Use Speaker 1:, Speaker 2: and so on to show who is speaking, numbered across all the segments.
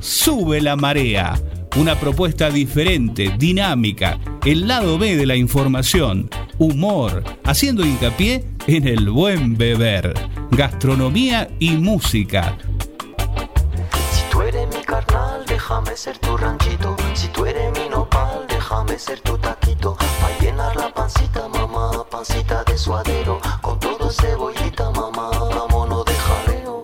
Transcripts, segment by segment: Speaker 1: Sube la marea. Una propuesta diferente, dinámica, el lado B de la información, humor, haciendo hincapié en el buen beber, gastronomía y música.
Speaker 2: Si tú eres mi carnal, déjame ser tu ranchito. Si tú eres mi nopal, déjame ser tu taquito. Pa' llenar la pancita, mamá, pancita de suadero. Con todo cebollita, mamá, vámonos de jaleo.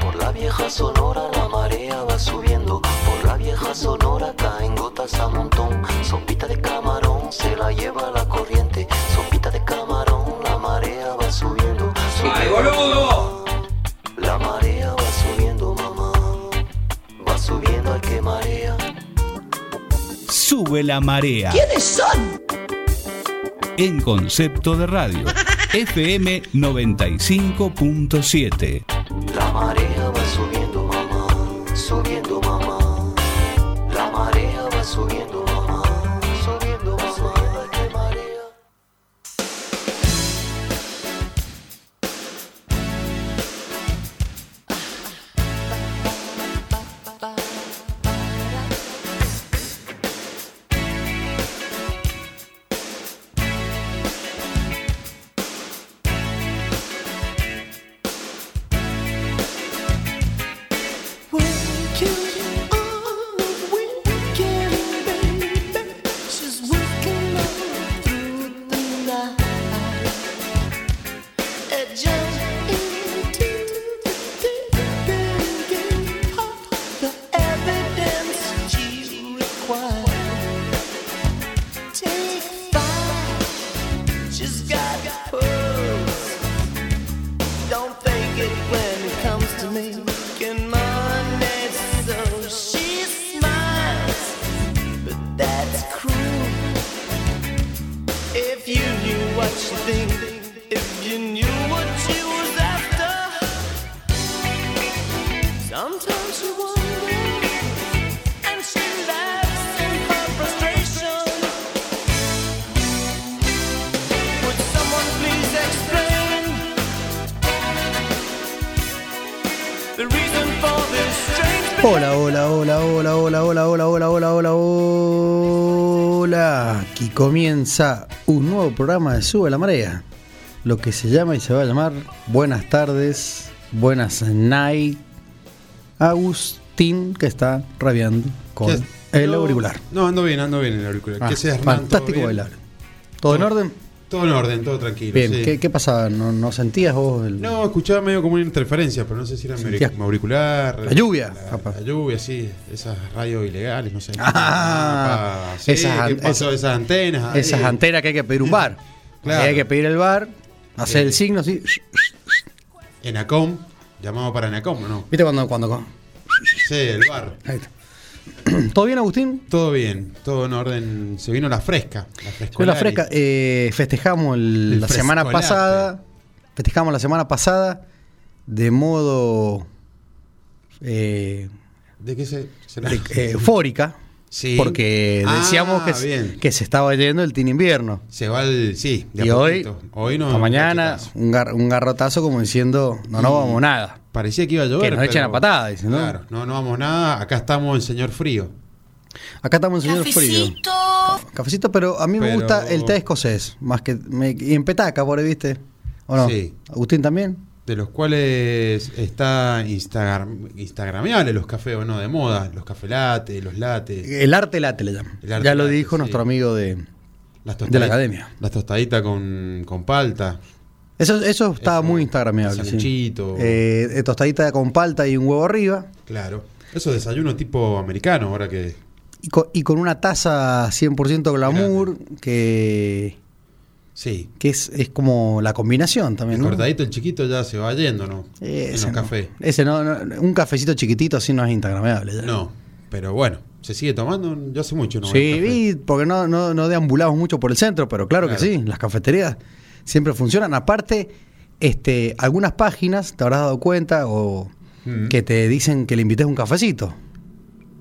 Speaker 2: Por la vieja sonora la marea va subiendo. Por la vieja sonora caen gotas a montón. Sopita de camarón se la lleva la corriente. Sopita de camarón, la marea va subiendo. ¡Ay, boludo! La marea va subiendo, mamá. Va subiendo al que marea.
Speaker 1: Sube la marea.
Speaker 3: ¿Quiénes son?
Speaker 1: En concepto de radio. FM 95.7.
Speaker 2: La marea va subiendo, mamá. Subiendo, mamá. La marea va subiendo, mamá. Subiendo, mamá. al que marea.
Speaker 3: She's got pearls. Don't think it when it comes to making money. So she smiles, but that's cruel. If you knew what you think, if you knew what she was after, sometimes you wonder. And she laughs in her frustration. Would someone please explain the reason for this strange
Speaker 4: Hola, hola, hola, hola, hola, hola, hola, hola, hola, hola, hola. Aquí comienza un nuevo programa de Sube la Marea. Lo que se llama y se va a llamar Buenas tardes, buenas night. Agustín que está rabiando
Speaker 5: ¿Qué
Speaker 4: con
Speaker 5: haces?
Speaker 4: el
Speaker 5: No,
Speaker 4: auricular.
Speaker 5: No, ando bien, ando bien en el auricular.
Speaker 4: Ah,
Speaker 5: ¿Qué haces, Hernán? ¿Todo
Speaker 4: fantástico
Speaker 5: bien?
Speaker 4: bailar. ¿Todo en
Speaker 5: Todo-
Speaker 4: orden?
Speaker 5: Todo en orden, todo tranquilo.
Speaker 4: Bien,
Speaker 5: sí.
Speaker 4: ¿qué, qué pasaba? ¿No, no sentías vos el-
Speaker 5: No, escuchaba medio como una interferencia, pero no sé si era mi auric-
Speaker 4: Sentía-
Speaker 5: mi auricular.
Speaker 4: La lluvia,
Speaker 5: La,
Speaker 4: capaz.
Speaker 5: la lluvia, sí. Esas radios ilegales, no sé.
Speaker 4: Ah,
Speaker 5: sí,
Speaker 4: esas
Speaker 5: ¿Qué
Speaker 4: an-
Speaker 5: pasó?
Speaker 4: esas-
Speaker 5: esas antenas. eh, ahí.
Speaker 4: Esas antenas que hay que pedir un bar.
Speaker 5: Claro.
Speaker 4: Ahí Hay que pedir el bar, hacer
Speaker 5: Sí.
Speaker 4: el signo, sí.
Speaker 5: Enacom. Llamado para Enacom, ¿o ¿no?
Speaker 4: ¿Viste cuando, cuando?
Speaker 5: Sí, el bar.
Speaker 4: Ahí está. ¿Todo bien, Agustín?
Speaker 5: Todo bien, todo en orden. Se vino la fresca. La fresca.
Speaker 4: Yo la fresca. eh, festejamos el-
Speaker 5: El
Speaker 4: la semana
Speaker 5: frescolate.
Speaker 4: pasada. Festejamos la semana pasada de modo eh,
Speaker 5: ¿De qué se, se la-
Speaker 4: de- eh, eufórica.
Speaker 5: Sí.
Speaker 4: Porque
Speaker 5: Ah,
Speaker 4: decíamos que, se-
Speaker 5: bien.
Speaker 4: que se estaba yendo el tin invierno.
Speaker 5: Se va el. Sí, de a
Speaker 4: Y hoy,
Speaker 5: poquito. hoy no.
Speaker 4: esta mañana,
Speaker 5: cachetazo.
Speaker 4: un, gar- un garrotazo como diciendo, no,
Speaker 5: Mm.
Speaker 4: no vamos nada.
Speaker 5: Parecía que iba a llover.
Speaker 4: Que nos echen a patada, dice, ¿no?
Speaker 5: Claro, no, no vamos nada. Acá estamos en señor frío.
Speaker 4: Acá estamos en señor frío. Cafecito, pero a mí me
Speaker 5: Pero-
Speaker 4: gusta el té escocés, más que me- y en petaca por ahí, ¿viste? ¿O no?
Speaker 5: Sí.
Speaker 4: Agustín también.
Speaker 5: De los cuales está Instagram, Instagramiable los cafés, ¿o no? De moda. Los cafelates, los lates.
Speaker 4: El arte late le llaman.
Speaker 5: El arte
Speaker 4: Ya lo
Speaker 5: late,
Speaker 4: dijo
Speaker 5: sí.
Speaker 4: nuestro amigo de
Speaker 5: Las
Speaker 4: la
Speaker 5: tostaditas-
Speaker 4: academia.
Speaker 5: Las tostaditas con, con palta.
Speaker 4: eso, eso estaba
Speaker 5: Eso,
Speaker 4: muy instagrameable. Sí.
Speaker 5: sanguchito.
Speaker 4: Eh, eh, tostadita con palta y un huevo arriba.
Speaker 5: Claro. Eso es desayuno tipo americano, ahora que.
Speaker 4: Y con, y con una taza 100% glamour, que,
Speaker 5: Sí.
Speaker 4: que es, es como la combinación también.
Speaker 5: El
Speaker 4: ¿no?
Speaker 5: cortadito, el chiquito ya se va yendo, ¿no?
Speaker 4: Ese
Speaker 5: en los
Speaker 4: no.
Speaker 5: cafés.
Speaker 4: Ese no, no, un cafecito chiquitito así no es instagrameable. ya.
Speaker 5: No. Pero bueno, se sigue tomando. Yo hace mucho, ¿no? voy a
Speaker 4: sí,
Speaker 5: un café.
Speaker 4: vi, porque no, no, no deambulamos mucho por el centro, pero claro, que
Speaker 5: Claro.
Speaker 4: sí, las cafeterías siempre funcionan. Aparte, este, algunas páginas, te habrás dado cuenta, o
Speaker 5: Mm.
Speaker 4: que te dicen que le invites un cafecito.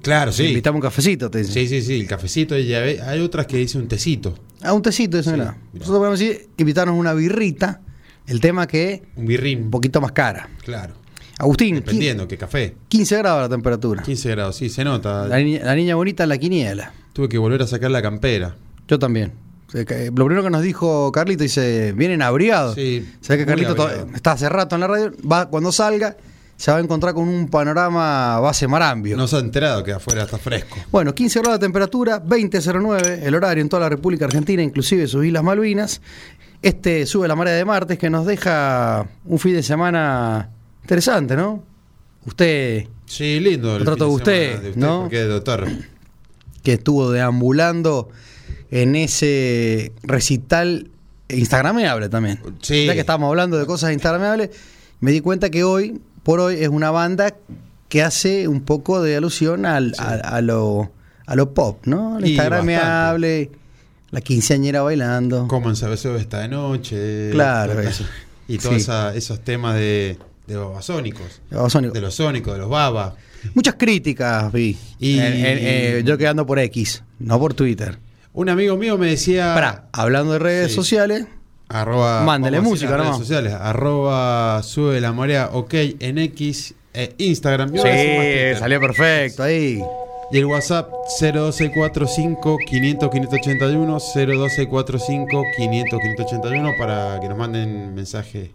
Speaker 5: Claro, sí.
Speaker 4: Le invitamos un cafecito, te dicen.
Speaker 5: Sí, sí, sí, el cafecito. Y ya ve- hay otras que dice un tecito,
Speaker 4: Ah, un tecito, eso
Speaker 5: Sí,
Speaker 4: era.
Speaker 5: mirá.
Speaker 4: Nosotros podemos decir, invitarnos una birrita, el tema que es
Speaker 5: un
Speaker 4: un
Speaker 5: birrín.
Speaker 4: poquito más cara.
Speaker 5: Claro.
Speaker 4: Agustín,
Speaker 5: Dependiendo qué café.
Speaker 4: 15 grados la temperatura.
Speaker 5: 15 grados, sí, se nota.
Speaker 4: La niña, la niña bonita en la quiniela.
Speaker 5: Tuve que volver a sacar la campera.
Speaker 4: Yo también. Se ca- Lo primero que nos dijo Carlito, dice, vienen abriados.
Speaker 5: Sí,
Speaker 4: ¿Sabés que
Speaker 5: muy
Speaker 4: Carlito
Speaker 5: abriado.
Speaker 4: to- está hace rato en la radio? Va, cuando salga, se va a encontrar con un panorama base marambio.
Speaker 5: No se ha enterado que afuera está fresco.
Speaker 4: Bueno, 15 grados de temperatura, 20.09, el horario en toda la República Argentina, inclusive sus Islas Malvinas. Este sube la marea de martes que nos deja un fin de semana interesante, ¿no? Usted
Speaker 5: Sí, lindo.
Speaker 4: Lo trato
Speaker 5: fin
Speaker 4: de usted,
Speaker 5: semana
Speaker 4: ¿no?
Speaker 5: Porque, doctor,
Speaker 4: que estuvo deambulando en ese recital instagrameable también.
Speaker 5: Sí.
Speaker 4: Ya que estábamos hablando de cosas instagrameables, me di cuenta que hoy, por hoy, es una banda que hace un poco de alusión al, a, a lo, a lo pop, ¿no? La
Speaker 5: Y
Speaker 4: instagrameable, la quinceañera bailando.
Speaker 5: como en Sabeseo esta noche.
Speaker 4: Claro,
Speaker 5: esta-
Speaker 4: eso.
Speaker 5: Y
Speaker 4: Sí.
Speaker 5: todos esa- esos temas de, de babasónicos.
Speaker 4: O son-
Speaker 5: De los sónicos, de los baba.
Speaker 4: Muchas críticas vi.
Speaker 5: Y-
Speaker 4: En- en- eh, yo quedando por X, no por Twitter.
Speaker 5: Un amigo mío me decía.
Speaker 4: Pará, hablando de redes
Speaker 5: Ah. Sí.
Speaker 4: sociales,
Speaker 5: Arroba.
Speaker 4: Mándele
Speaker 5: vamos a decir
Speaker 4: música,
Speaker 5: las redes
Speaker 4: nomás.
Speaker 5: sociales. Arroba sube la marea, ok, en X, eh, Instagram. Yo
Speaker 4: Sí,
Speaker 5: voy a decir más Twitter.
Speaker 4: salió perfecto ahí.
Speaker 5: Y el WhatsApp 01245 500 581 01245 500 581 para que nos manden mensaje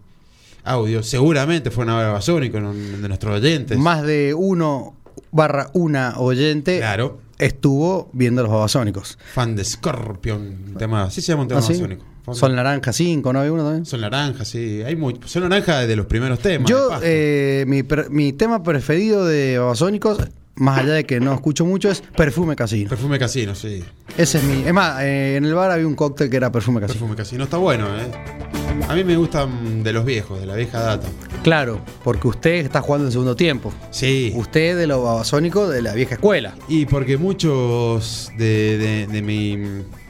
Speaker 5: audio. Seguramente fue una babasónica en un- de nuestros oyentes.
Speaker 4: Más de uno barra una oyente
Speaker 5: Claro.
Speaker 4: estuvo viendo los babasónicos.
Speaker 5: Fan de Scorpion, un tema, sí se llama un tema
Speaker 4: ¿Ah, sí?
Speaker 5: babasónico. Fan-
Speaker 4: Sol Naranja 5, ¿no? Hay uno también.
Speaker 5: Son naranjas, sí. Hay muy, son naranjas de los primeros temas. de
Speaker 4: Yo,
Speaker 5: Pasto.
Speaker 4: eh, mi, per- mi tema preferido de babasónicos, más allá de que no escucho mucho, es Perfume Casino.
Speaker 5: Perfume Casino, sí.
Speaker 4: Ese es mi... Es más, eh, en el bar había un cóctel que era Perfume Casino.
Speaker 5: Perfume Casino está bueno, ¿eh? A mí me gustan de los viejos, de la vieja data.
Speaker 4: Claro, porque usted está jugando en segundo tiempo.
Speaker 5: Sí.
Speaker 4: Usted de los babasónicos de la vieja escuela.
Speaker 5: Y porque muchos de, de- de mi,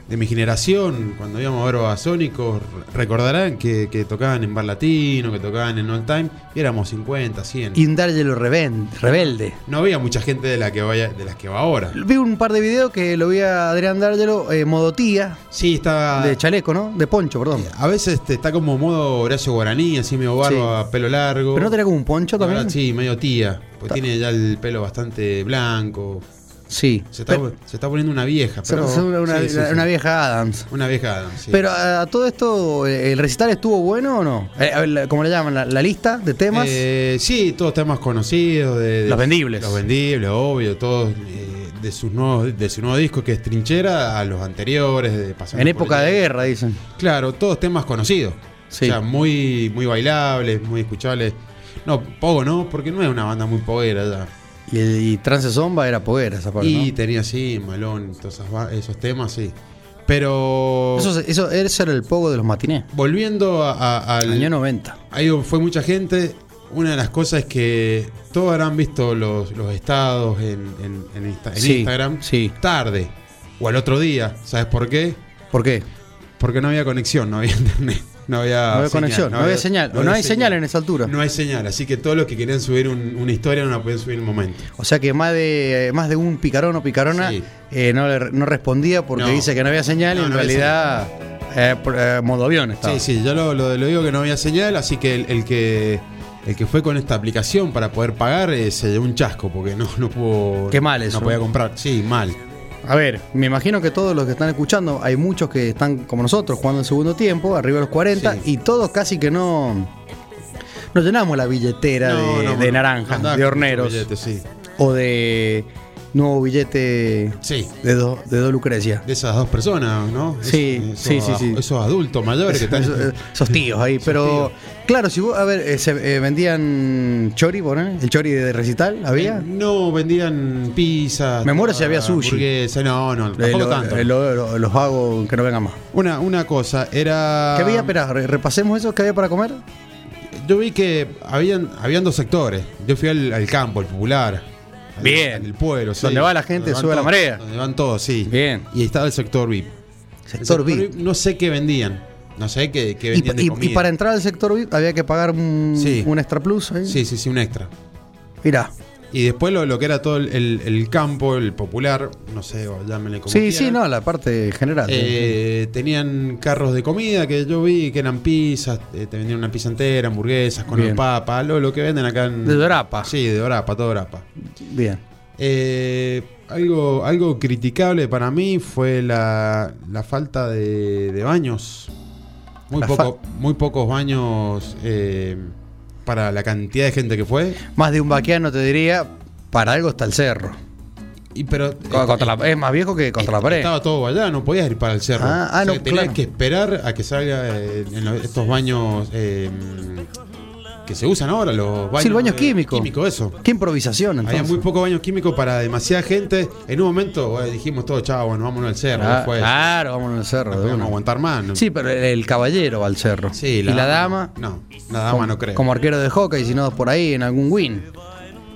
Speaker 5: de mi generación, cuando íbamos a ver Babasónicos, recordarán que, que tocaban en Bar Latino, que tocaban en All Time, y éramos 50, 100.
Speaker 4: Y un D'Angelo reven- rebelde.
Speaker 5: no había mucha gente de, la que vaya, de las que va ahora.
Speaker 4: Vi un par de videos que lo vi a Adrián D'Angelo, eh, modo tía,
Speaker 5: Sí, está.
Speaker 4: de chaleco, ¿no? De poncho, perdón.
Speaker 5: a veces este, está como modo Horacio Guaraní, así medio barba, pelo largo.
Speaker 4: Pero no tenía como un poncho
Speaker 5: La verdad,
Speaker 4: también.
Speaker 5: Sí, medio tía. Porque
Speaker 4: Ta-
Speaker 5: tiene ya el pelo bastante blanco.
Speaker 4: Sí.
Speaker 5: Se está,
Speaker 4: Pero-
Speaker 5: se está poniendo una vieja.
Speaker 4: se
Speaker 5: Pero,
Speaker 4: parece una, una-
Speaker 5: sí, sí,
Speaker 4: una-
Speaker 5: sí.
Speaker 4: una vieja Adams.
Speaker 5: Una vieja, Adam, sí.
Speaker 4: Pero a, a todo esto, eh, ¿el recital estuvo bueno o no? Eh, a ver, la- ¿Cómo le llaman? ¿La, la lista de temas?
Speaker 5: Eh, sí, todos temas conocidos. De, de-
Speaker 4: Los vendibles.
Speaker 5: Los vendibles, obvio. Todos eh, de, sus nuevos, de su nuevo disco que es Trinchera a los anteriores. De Pasión
Speaker 4: en
Speaker 5: por
Speaker 4: época
Speaker 5: el-
Speaker 4: de guerra, dicen.
Speaker 5: Claro, todos temas conocidos.
Speaker 4: Sí.
Speaker 5: O sea, muy, muy bailables, muy escuchables. No, Pogo no, porque no es una banda muy poguera ya.
Speaker 4: Y, y Trance Zomba era poguera esa parte,
Speaker 5: y
Speaker 4: ¿no?
Speaker 5: tenía así, Malón, todas esas ba- esos temas, sí. Pero.
Speaker 4: Eso, se- eso, eso era el pogo de los matinés.
Speaker 5: Volviendo a- a- al.
Speaker 4: Año 90.
Speaker 5: Ahí fue mucha gente. Una de las cosas es que todos habrán visto los, los estados en, en- en Insta- en
Speaker 4: Sí,
Speaker 5: Instagram
Speaker 4: sí.
Speaker 5: tarde o al otro día. ¿Sabes por qué?
Speaker 4: ¿Por qué?
Speaker 5: Porque no había conexión, no había internet. No había,
Speaker 4: No había conexión, no había señal, o no hay señal en esa altura.
Speaker 5: No hay señal, así que todos los que querían subir un- una historia no la podían subir en el momento.
Speaker 4: O sea que más de eh, más de un picarón o picarona
Speaker 5: Sí.
Speaker 4: eh, no, le- no respondía porque
Speaker 5: No.
Speaker 4: dice que no había señal y
Speaker 5: No,
Speaker 4: en
Speaker 5: no había
Speaker 4: realidad eh, por- eh, modo avión estaba.
Speaker 5: Sí, sí, yo lo, lo- lo digo que no había señal, así que el, el que el que fue con esta aplicación para poder pagar eh, se llevó un chasco porque no, no pudo.
Speaker 4: Qué mal eso,
Speaker 5: No podía
Speaker 4: ¿no?
Speaker 5: comprar, sí, mal.
Speaker 4: A ver, me imagino que todos los que están escuchando, hay muchos que están como nosotros jugando en segundo tiempo, arriba de los 40,
Speaker 5: Sí.
Speaker 4: y todos casi que no, no llenamos la billetera
Speaker 5: No,
Speaker 4: de,
Speaker 5: no,
Speaker 4: de
Speaker 5: no,
Speaker 4: naranjas,
Speaker 5: andaba
Speaker 4: de
Speaker 5: con
Speaker 4: horneros,
Speaker 5: billete, sí.
Speaker 4: o de nuevo billete
Speaker 5: Sí,
Speaker 4: de dos de dos Lucrecia.
Speaker 5: de esas dos personas, ¿no?
Speaker 4: Sí,
Speaker 5: Esos-
Speaker 4: sí, sí,
Speaker 5: esos-
Speaker 4: sí. eh,
Speaker 5: Esos adultos mayores que están.
Speaker 4: Esos, esos tíos ahí,
Speaker 5: Esos
Speaker 4: pero
Speaker 5: tíos.
Speaker 4: claro, si vos, a ver, eh, se eh, vendían chori, ponele, el chori de recital, ¿había?
Speaker 5: No vendían pizza.
Speaker 4: Me muero si había sushi.
Speaker 5: hamburguesa, No, no,
Speaker 4: Eh,
Speaker 5: tampoco
Speaker 4: lo-
Speaker 5: tanto.
Speaker 4: eh, lo- lo- los vagos que no vengan más.
Speaker 5: Una, una cosa, era.
Speaker 4: ¿Qué había? Espera, re- repasemos eso, ¿qué había para comer?
Speaker 5: Yo vi que habían, habían dos sectores. Yo fui al, al campo, al popular. al-
Speaker 4: Bien.
Speaker 5: al- al pueblo, sí.
Speaker 4: Donde va la gente,
Speaker 5: van
Speaker 4: sube la
Speaker 5: todos,
Speaker 4: marea.
Speaker 5: Donde van todos, sí.
Speaker 4: Bien.
Speaker 5: Y estaba el sector VIP. El
Speaker 4: Sector VIP.
Speaker 5: No sé qué vendían. No sé qué, qué
Speaker 4: Y,
Speaker 5: vendían de
Speaker 4: y- y
Speaker 5: comida.
Speaker 4: para entrar al sector VIP había que pagar un,
Speaker 5: Sí.
Speaker 4: un extra plus ahí.
Speaker 5: Sí, sí, sí, un extra.
Speaker 4: Mirá,
Speaker 5: Y después lo, lo que era todo el, el- el campo, el popular, no sé, o llámenle como
Speaker 4: Sí,
Speaker 5: quieran.
Speaker 4: sí, no, la parte general.
Speaker 5: Eh, tenían carros de comida que yo vi que eran pizzas, eh, te vendían una pizza entera, hamburguesas con
Speaker 4: Bien.
Speaker 5: el papa, lo, lo que venden acá en.
Speaker 4: De Dorapa.
Speaker 5: Sí, de Dorapa, todo Dorapa.
Speaker 4: Bien.
Speaker 5: Eh, algo, algo criticable para mí fue la, la falta de, de baños. Muy,
Speaker 4: La
Speaker 5: poco, muy pocos baños eh, para la cantidad de gente que fue.
Speaker 4: Más de un vaquiano te diría, para algo está el cerro.
Speaker 5: Y, pero,
Speaker 4: Co- contra la- es más viejo que contra la pared.
Speaker 5: Estaba todo allá, no podías ir para el cerro.
Speaker 4: Ah, ah,
Speaker 5: O sea,
Speaker 4: no,
Speaker 5: que tenías
Speaker 4: claro.
Speaker 5: que esperar a que salga eh, en los- estos baños eh, que se usan ahora, los baños.
Speaker 4: Sí, el baño es
Speaker 5: eh,
Speaker 4: químico.
Speaker 5: Químico, eso.
Speaker 4: Qué improvisación, entonces.
Speaker 5: Había muy pocos baños químicos para demasiada gente. En un momento bueno, dijimos todo, chao, bueno, vámonos al cerro.
Speaker 4: Ah,
Speaker 5: después.
Speaker 4: claro, vámonos al cerro.
Speaker 5: no
Speaker 4: de
Speaker 5: podíamos
Speaker 4: una.
Speaker 5: aguantar más. ¿no?
Speaker 4: Sí, pero el, el caballero va al cerro.
Speaker 5: Sí,
Speaker 4: y la dama,
Speaker 5: No, la dama
Speaker 4: como,
Speaker 5: no cree.
Speaker 4: como arquero de hockey, sino por ahí en algún win.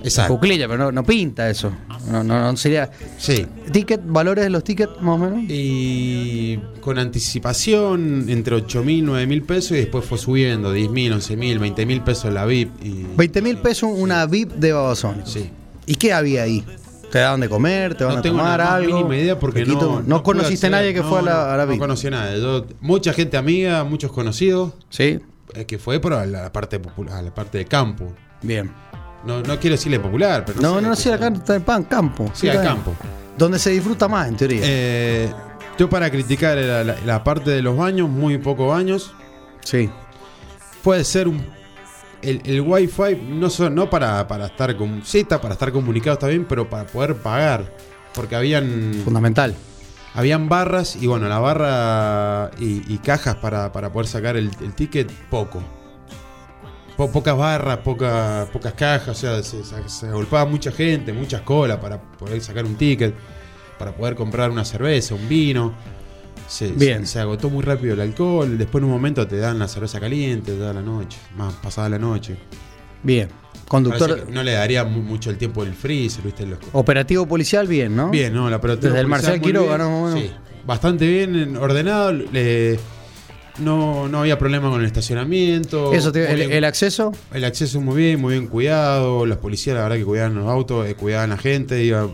Speaker 5: Exacto.
Speaker 4: Cuclilla, pero no, no pinta eso. No, no, no sería.
Speaker 5: Sí.
Speaker 4: Ticket, valores de los tickets, más o menos.
Speaker 5: Y con anticipación, entre 8 mil, 9 mil pesos, y después fue subiendo 10 mil, 11 mil, 20 mil pesos la VIP. Y...
Speaker 4: 20 mil pesos una VIP de Babasónicos.
Speaker 5: Sí.
Speaker 4: ¿Y qué había ahí? ¿Te daban de comer? ¿Te van a tomar
Speaker 5: la más
Speaker 4: algo?
Speaker 5: mínima idea porque
Speaker 4: Pequito,
Speaker 5: no,
Speaker 4: no, conociste a
Speaker 5: pude
Speaker 4: nadie que
Speaker 5: acceder.
Speaker 4: fue a
Speaker 5: E No,
Speaker 4: la, a la
Speaker 5: No
Speaker 4: VIP.
Speaker 5: conocí a nadie. Yo- mucha gente amiga, muchos conocidos,
Speaker 4: sí,
Speaker 5: eh, que fue pero a la, la parte popular, a la parte de campo.
Speaker 4: bien.
Speaker 5: No, no quiero decirle popular, pero
Speaker 4: No,
Speaker 5: sé,
Speaker 4: no,
Speaker 5: qué
Speaker 4: sí,
Speaker 5: sé
Speaker 4: acá
Speaker 5: yo.
Speaker 4: está en pan, campo.
Speaker 5: Sí, al
Speaker 4: está bien.
Speaker 5: campo.
Speaker 4: Donde se disfruta más, en teoría.
Speaker 5: Eh, yo para criticar la, la- la parte de los baños, muy pocos baños,
Speaker 4: sí.
Speaker 5: puede ser un el, el wifi no so- no para, para estar con sí, está para estar comunicado está bien, pero para poder pagar, porque habían
Speaker 4: Fundamental.
Speaker 5: Habían barras y bueno, la barra y, y cajas para, para poder sacar el, el ticket, poco. Po- pocas barras, poca- pocas cajas, o sea, se, se- se agolpaba mucha gente, muchas colas para poder sacar un ticket, para poder comprar una cerveza, un vino. Se,
Speaker 4: Bien.
Speaker 5: se, se agotó muy rápido el alcohol, después en un momento te dan la cerveza caliente, ya a la noche, más pasada la noche.
Speaker 4: Bien.
Speaker 5: Parece
Speaker 4: Conductor.
Speaker 5: que No le daría mu- mucho el tiempo el freezer, viste, los,
Speaker 4: Operativo policial, bien, ¿no?
Speaker 5: Bien, no, la pelota.
Speaker 4: Desde el Marcel Quiroga, ¿no? Bueno.
Speaker 5: Sí, bastante bien en- ordenado. le- no, no había problema con el estacionamiento.
Speaker 4: Eso te-
Speaker 5: Muy
Speaker 4: el,
Speaker 5: bien-
Speaker 4: el acceso,
Speaker 5: el acceso muy bien, muy bien cuidado. Los policías, la verdad, que cuidaban los autos, eh, cuidaban a la gente. iba-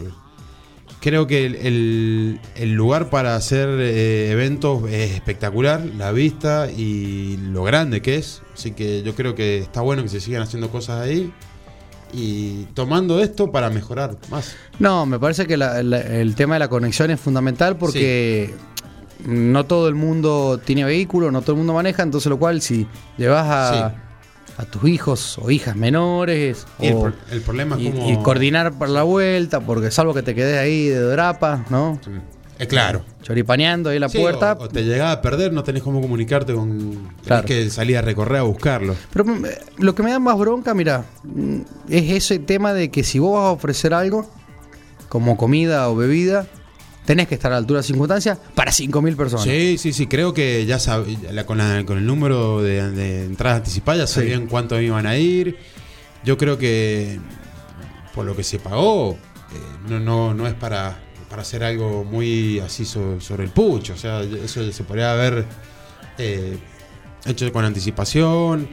Speaker 5: Creo que el, el- el lugar para hacer eh, eventos es espectacular, la vista y lo grande que es. Así que yo creo que está bueno que se sigan haciendo cosas ahí y tomando esto para mejorar más.
Speaker 4: no, me parece que la- la- el tema de la conexión es fundamental porque no todo el mundo tiene vehículo, no todo el mundo maneja, entonces lo cual si llevas a, a tus hijos o hijas menores
Speaker 5: Y el,
Speaker 4: o-
Speaker 5: pro- el problema es
Speaker 4: y,
Speaker 5: como.
Speaker 4: y coordinar para la vuelta, porque salvo que te quedes ahí de drapa, ¿no?
Speaker 5: Eh, claro.
Speaker 4: Choripaneando ahí en la
Speaker 5: Sí,
Speaker 4: puerta.
Speaker 5: o, o te llegaba a perder, no tenés cómo comunicarte con. Tenés
Speaker 4: Claro.
Speaker 5: que salir a recorrer a buscarlo.
Speaker 4: Pero mm, lo que me da más bronca, mira, mm, es ese tema de que si vos vas a ofrecer algo, como comida o bebida, tenés que estar a la altura de las circunstancias para 5.000 personas.
Speaker 5: Sí, sí, sí. Creo que ya sab- la- con, la- con el número de, de entradas anticipadas ya sabían cuántos iban a ir. Yo creo que por lo que se pagó, eh, no, no, no es para, para hacer algo muy así so- sobre el pucho. O sea, eso se podría haber eh, hecho con anticipación.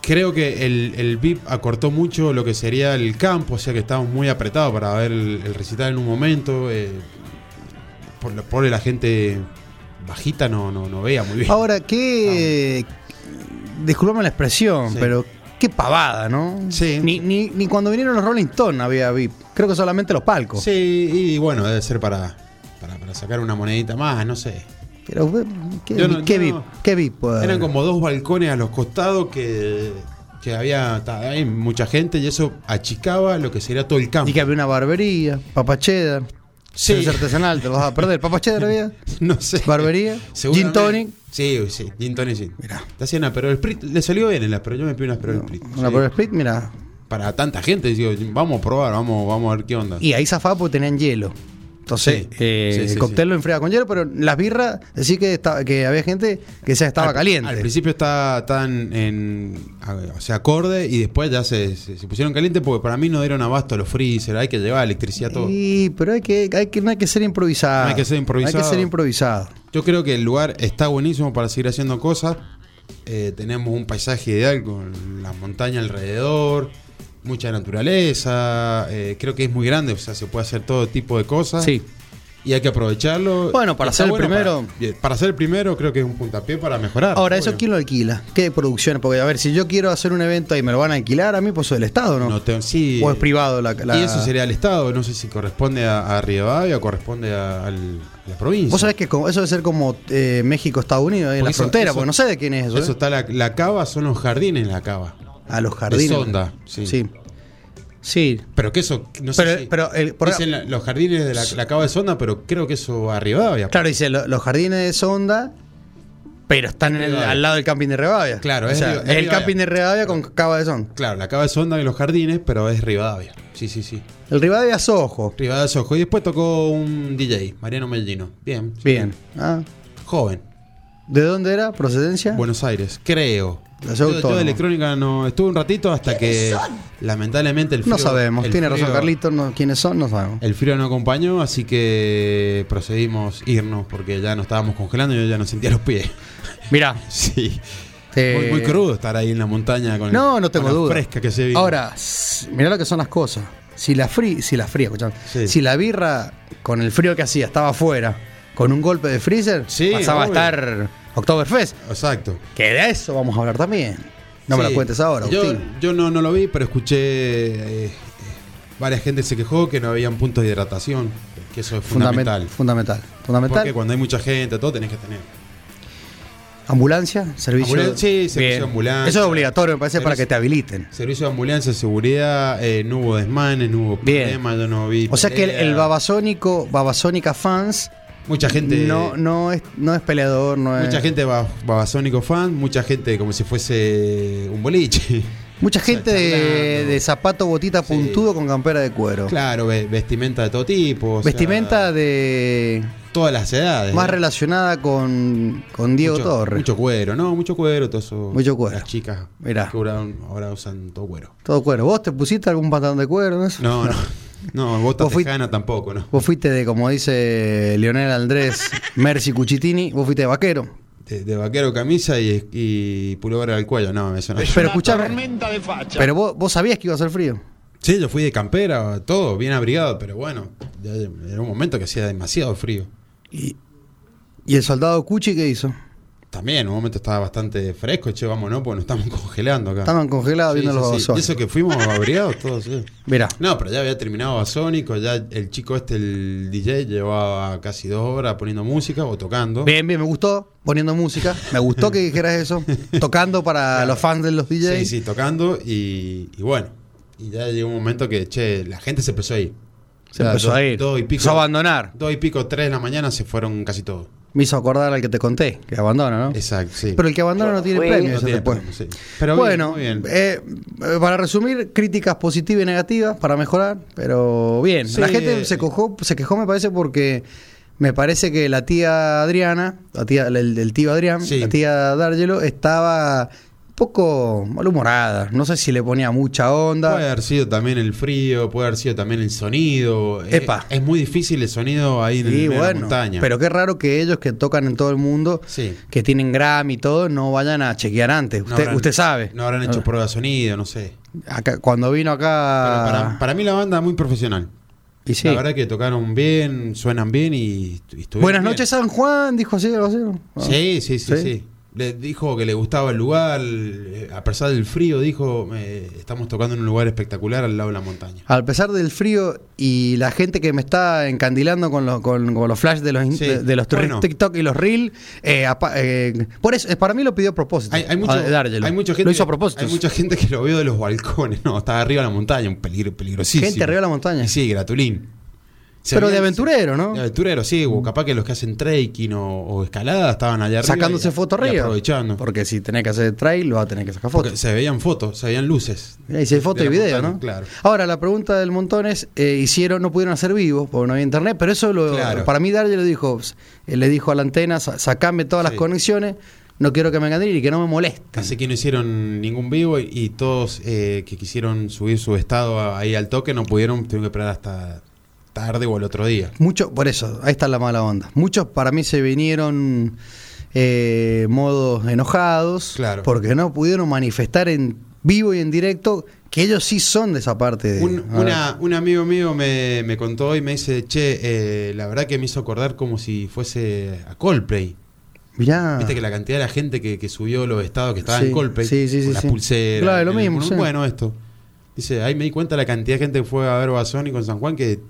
Speaker 5: Creo que el, el VIP acortó mucho lo que sería el campo, o sea que estábamos muy apretados para ver el, el recital en un momento. eh, por la pobre la gente bajita no, no, no veía muy bien.
Speaker 4: Ahora, qué. Disculpame la expresión,
Speaker 5: Sí.
Speaker 4: pero qué pavada, ¿no?
Speaker 5: Sí.
Speaker 4: Ni, ni- ni cuando vinieron los Rolling Stones había VIP. Creo que solamente los palcos.
Speaker 5: Sí, y bueno, debe ser para, para, para sacar una monedita más, no sé.
Speaker 4: Pero, eh, ¿qué,
Speaker 5: Yo no-
Speaker 4: qué
Speaker 5: yo
Speaker 4: VIP?
Speaker 5: no-
Speaker 4: ¿Qué VIP? puede haber?
Speaker 5: Eran como dos balcones a los costados que, que había, ta- hay mucha gente y eso achicaba lo que sería todo el campo.
Speaker 4: Y que había una barbería, papa cheddar.
Speaker 5: Sí.
Speaker 4: cerveza artesanal, te lo vas a perder. Papa cheddar había.
Speaker 5: No sé.
Speaker 4: Barbería, gin
Speaker 5: Seguramente-
Speaker 4: tonic.
Speaker 5: Sí, sí, Gin Tonic sí.
Speaker 4: Mirá.
Speaker 5: Te hacían una pero el split. Le salió bien en la pero yo me pido una pero el split.
Speaker 4: Una
Speaker 5: sí.
Speaker 4: prueba split, mira.
Speaker 5: Para tanta gente, digo, vamos a probar, vamos, vamos a ver qué onda.
Speaker 4: Y ahí zafaba porque tenían hielo. Entonces,
Speaker 5: Sí,
Speaker 4: eh,
Speaker 5: sí,
Speaker 4: el
Speaker 5: sí,
Speaker 4: cóctel
Speaker 5: sí.
Speaker 4: lo enfriaba con hielo, pero las birras, decía que, estaba, que había gente que se estaba
Speaker 5: Al-
Speaker 4: caliente.
Speaker 5: Al principio está tan en. a ver, O sea, acorde y después ya se, se- se pusieron calientes porque para mí no dieron abasto a los freezer, hay que llevar electricidad todo.
Speaker 4: Y- pero hay que, hay que, no hay que ser improvisado.
Speaker 5: No hay que ser improvisado.
Speaker 4: No hay que ser improvisado.
Speaker 5: Yo creo que el lugar está buenísimo para seguir haciendo cosas. Eh, tenemos un paisaje ideal con las montañas alrededor, mucha naturaleza, eh, creo que es muy grande, o sea, se puede hacer todo tipo de cosas.
Speaker 4: Sí.
Speaker 5: Y hay que aprovecharlo.
Speaker 4: Bueno, para
Speaker 5: Está
Speaker 4: ser el primero-
Speaker 5: Para, bien, para ser el primero creo que es un puntapié para mejorar.
Speaker 4: Ahora, ¿eso
Speaker 5: obvio.
Speaker 4: quién lo alquila? ¿Qué producciones? Porque, a ver, si yo quiero hacer un evento ahí, ¿me lo van a alquilar a mí? Pues soy del Estado, ¿no?
Speaker 5: No te- sí.
Speaker 4: ¿O es privado la, la-
Speaker 5: Y eso sería el Estado, no sé si corresponde a, a Rivadavia o corresponde a, al- a la provincia.
Speaker 4: Vos sabés que como- eso debe ser como eh, México-Estados Unidos, ahí en
Speaker 5: Porque
Speaker 4: la
Speaker 5: eso-
Speaker 4: frontera,
Speaker 5: eso-
Speaker 4: porque no sé de quién es eso.
Speaker 5: Eso
Speaker 4: ¿eh?
Speaker 5: está la, la cava, son los jardines la cava.
Speaker 4: A los jardines.
Speaker 5: sonda, sí.
Speaker 4: Sí. Sí.
Speaker 5: Pero que eso, no
Speaker 4: Pero-
Speaker 5: sé si
Speaker 4: pero el- por-
Speaker 5: dicen la- los jardines de la, la cava de sonda, pero creo que eso a Rivadavia.
Speaker 4: Claro, dice lo- los jardines de Sonda, pero están en el-
Speaker 5: Rivadavia.
Speaker 4: al lado del camping de Rivadavia.
Speaker 5: Claro,
Speaker 4: o
Speaker 5: es
Speaker 4: sea,
Speaker 5: Riva- es
Speaker 4: el
Speaker 5: Rivadavia.
Speaker 4: camping de Rivadavia con cava de Sonda.
Speaker 5: Claro, la cava de sonda y los jardines, pero es Rivadavia. Sí, sí, sí.
Speaker 4: El Rivadavia es ojo.
Speaker 5: Rivadavia Sojo. Y después tocó un DJ, Mariano Meldino. Bien.
Speaker 4: Bien. Ah,
Speaker 5: Joven.
Speaker 4: ¿De dónde era? ¿Procedencia?
Speaker 5: Buenos Aires, creo.
Speaker 4: La ciudad
Speaker 5: Yo, yo
Speaker 4: autónoma.
Speaker 5: de electrónica no estuve un ratito hasta que lamentablemente el frío.
Speaker 4: no sabemos.
Speaker 5: el
Speaker 4: Tiene razón
Speaker 5: frío-
Speaker 4: Carlito, no- quiénes son, no sabemos.
Speaker 5: El frío no acompañó, así que procedimos irnos porque ya nos estábamos congelando y yo ya no sentía los pies.
Speaker 4: Mirá.
Speaker 5: Sí.
Speaker 4: Eh,
Speaker 5: Eh, muy, muy crudo estar ahí en la montaña con
Speaker 4: No, no tengo
Speaker 5: con la
Speaker 4: duda.
Speaker 5: fresca que se vive.
Speaker 4: Ahora, s- mirá lo que son las cosas. Si la fría, si la fría, escuchame.
Speaker 5: Sí.
Speaker 4: Si la birra, con el frío que hacía, estaba afuera, con un golpe de freezer,
Speaker 5: Sí,
Speaker 4: pasaba
Speaker 5: obvio.
Speaker 4: a estar Oktoberfest.
Speaker 5: Exacto.
Speaker 4: Que de eso vamos a hablar también. No me
Speaker 5: Sí.
Speaker 4: lo cuentes ahora,
Speaker 5: Yo,
Speaker 4: Agustín.
Speaker 5: yo no, no lo vi, pero escuché. eh, eh, varias gente se quejó que no habían puntos de hidratación. Que eso es fundamental.
Speaker 4: Fundamental. Fundamental. Fundamental.
Speaker 5: Porque cuando hay mucha gente, todo tenés que tener.
Speaker 4: Ambulancia, servicio.
Speaker 5: Ambulancia, sí, servicio
Speaker 4: Bien.
Speaker 5: de ambulancia.
Speaker 4: Eso es obligatorio, me parece, para
Speaker 5: Servicio-
Speaker 4: que te habiliten.
Speaker 5: Servicio de ambulancia, seguridad, eh, no hubo desmanes, no hubo
Speaker 4: Bien.
Speaker 5: problemas, yo no vi.
Speaker 4: O sea que el,
Speaker 5: pelea.
Speaker 4: el babasónico, babasónica fans,
Speaker 5: Mucha gente.
Speaker 4: no, eh. no, es, no es peleador, no es.
Speaker 5: Mucha gente ba- babasónico fan, mucha gente como si fuese un boliche.
Speaker 4: Mucha gente de,
Speaker 5: charlando.
Speaker 4: de zapato, botita, puntudo con campera de cuero.
Speaker 5: Claro, ve- vestimenta de todo tipo. o sea,
Speaker 4: Vestimenta de
Speaker 5: todas las edades.
Speaker 4: más
Speaker 5: ¿eh?
Speaker 4: relacionada con, con Diego
Speaker 5: mucho,
Speaker 4: Torres.
Speaker 5: Mucho cuero, no, mucho cuero, todo eso.
Speaker 4: Mucho cuero.
Speaker 5: Las chicas
Speaker 4: Mirá.
Speaker 5: que ahora, ahora usan todo cuero.
Speaker 4: Todo cuero. ¿Vos te pusiste algún pantalón de cuero? No, sé?
Speaker 5: No, no. No, botas
Speaker 4: Vos fuiste-
Speaker 5: tejana tampoco, ¿no?
Speaker 4: Vos fuiste de, como dice Leonel Andrés Merci Cuchitini, vos fuiste de vaquero.
Speaker 5: De, de vaquero camisa y, y pullover al cuello, no, me suena.
Speaker 4: Pero escuchame. Pero vos, vos sabías que iba a hacer frío.
Speaker 5: Sí, yo fui de campera, todo, bien abrigado, pero bueno, ya era un momento que hacía demasiado frío.
Speaker 4: Y, y el soldado Cuchi, ¿qué hizo?
Speaker 5: Ah. También, en un momento estaba bastante fresco, che, vamos, ¿no? Porque nos estamos congelando acá.
Speaker 4: Estaban congelados
Speaker 5: Sí,
Speaker 4: viendo
Speaker 5: sí,
Speaker 4: los
Speaker 5: sí. Y
Speaker 4: basones.
Speaker 5: eso que fuimos abrigados todos, sí.
Speaker 4: Mirá,
Speaker 5: No, pero ya había terminado Basónico, ya el chico este, el DJ, llevaba casi dos horas poniendo música o tocando.
Speaker 4: bien, bien, me gustó poniendo música. Me gustó que dijeras eso. Tocando para los fans de los DJs.
Speaker 5: Sí, sí, tocando y, y bueno. Y ya llegó un momento que, che, la gente se empezó a ir.
Speaker 4: Se
Speaker 5: O sea,
Speaker 4: empezó
Speaker 5: dos-
Speaker 4: a ir.
Speaker 5: Dos y pico.
Speaker 4: Empezó a abandonar.
Speaker 5: Dos y pico, tres de la mañana se fueron casi todos.
Speaker 4: Me hizo acordar al que te conté, que abandona, ¿no?
Speaker 5: Exacto, sí.
Speaker 4: Pero el que abandona no tiene
Speaker 2: Fui.
Speaker 4: premio.
Speaker 5: No
Speaker 4: eso
Speaker 5: tiene
Speaker 4: después.
Speaker 5: problema, sí. Pero bien,
Speaker 4: bueno,
Speaker 5: muy bien.
Speaker 4: eh, eh, para resumir, críticas positivas y negativas para mejorar, pero bien.
Speaker 5: Sí. eh,
Speaker 4: La gente se quejó, se quejó, me parece, porque me parece que la tía Adriana, la tía, el, el tío Adrián,
Speaker 5: Sí.
Speaker 4: la tía D'Argelo, estaba un poco malhumorada. No sé si le ponía mucha onda.
Speaker 5: Puede haber sido también el frío, puede haber sido también el sonido. Eh,
Speaker 4: Epa.
Speaker 5: Es, muy difícil el sonido ahí en el
Speaker 4: Sí,
Speaker 5: medio de la
Speaker 4: bueno,
Speaker 5: montaña.
Speaker 4: pero qué raro que ellos que tocan en todo el mundo,
Speaker 5: Sí.
Speaker 4: que tienen Grammy y todo, no vayan a chequear antes.
Speaker 5: No
Speaker 4: Usted,
Speaker 5: habrán-
Speaker 4: usted sabe. Ah.
Speaker 5: No habrán hecho pruebas de sonido, no sé.
Speaker 4: Acá- cuando vino
Speaker 5: Pero
Speaker 4: acá.
Speaker 5: para, para mí la banda es muy profesional.
Speaker 4: y Ah. sí.
Speaker 5: La verdad que tocaron bien, suenan bien y, estu- estuvieron
Speaker 4: Buenas
Speaker 5: bien.
Speaker 4: noches, San Juan, dijo así algo así, ¿no? Ah.
Speaker 5: Sí, sí, sí,
Speaker 4: Sí.
Speaker 5: sí, Le dijo que le gustaba el lugar, eh, a pesar del frío, dijo, eh, estamos tocando en un lugar espectacular al lado de la montaña.
Speaker 4: A pesar del frío y la gente que me está encandilando con, los con, con los flash de los, in-
Speaker 5: Sí.
Speaker 4: de, de los
Speaker 5: Bueno.
Speaker 4: TikTok y los Reel, eh, apa- eh, por eso, eh, para mí lo pidió a propósito.
Speaker 5: Hay, hay mucho-
Speaker 4: a- Ah, D'Argelo.
Speaker 5: hay mucha gente,
Speaker 4: Lo hizo a propósito.
Speaker 5: Hay mucha gente que lo vio de los balcones, no, estaba arriba de la montaña, un peligro peligrosísimo.
Speaker 4: Gente arriba de la montaña.
Speaker 5: Y Sí, gratulín. Se
Speaker 4: Pero de
Speaker 5: veía-
Speaker 4: aventurero, ¿no? Mm.
Speaker 5: De aventurero, sí, o capaz que los que hacen trekking o, o escalada estaban allá arriba.
Speaker 4: Sacándose
Speaker 5: y-
Speaker 4: fotos
Speaker 5: y
Speaker 4: arriba.
Speaker 5: Aprovechando.
Speaker 4: Porque si tenés que hacer trail, lo vas a tener que sacar
Speaker 5: Porque
Speaker 4: fotos.
Speaker 5: se veían fotos, se veían luces.
Speaker 4: Mirá, y si hay foto y
Speaker 5: de la
Speaker 4: video,
Speaker 5: montaña,
Speaker 4: ¿no?
Speaker 5: Claro.
Speaker 4: Ahora, la pregunta del montón es, eh, hicieron, no pudieron hacer vivos porque no había internet, pero eso lo,
Speaker 5: Claro.
Speaker 4: para mí Dario lo dijo, eh, le dijo a la antena, "Sa- sacame todas
Speaker 5: Sí.
Speaker 4: las conexiones, no quiero que me engañen y que no me molesten.
Speaker 5: Así que no hicieron ningún vivo y, y todos eh, que quisieron subir su estado a- ahí al toque no pudieron, tuvieron que esperar hasta tarde o el otro día.
Speaker 4: Muchos, por eso, ahí está la mala onda. Muchos para mí se vinieron eh, modos enojados
Speaker 5: Claro.
Speaker 4: porque no pudieron manifestar en vivo y en directo Que ellos sí son de esa parte. De,
Speaker 5: Un,
Speaker 4: a ver.
Speaker 5: una- un amigo mío me, me contó y me dice, che, eh, la verdad que me hizo acordar como si fuese a Coldplay.
Speaker 4: Mirá.
Speaker 5: Viste que la cantidad de la gente que, que subió los estados que estaban
Speaker 4: Ah. Sí,
Speaker 5: en Coldplay,
Speaker 4: sí, sí,
Speaker 5: con
Speaker 4: sí,
Speaker 5: las
Speaker 4: sí.
Speaker 5: pulseras.
Speaker 4: Claro, lo
Speaker 5: el-
Speaker 4: mismo,
Speaker 5: con-
Speaker 4: sí.
Speaker 5: Bueno, esto. Dice, ahí me di cuenta la cantidad de gente que fue a ver Basónico en San Juan que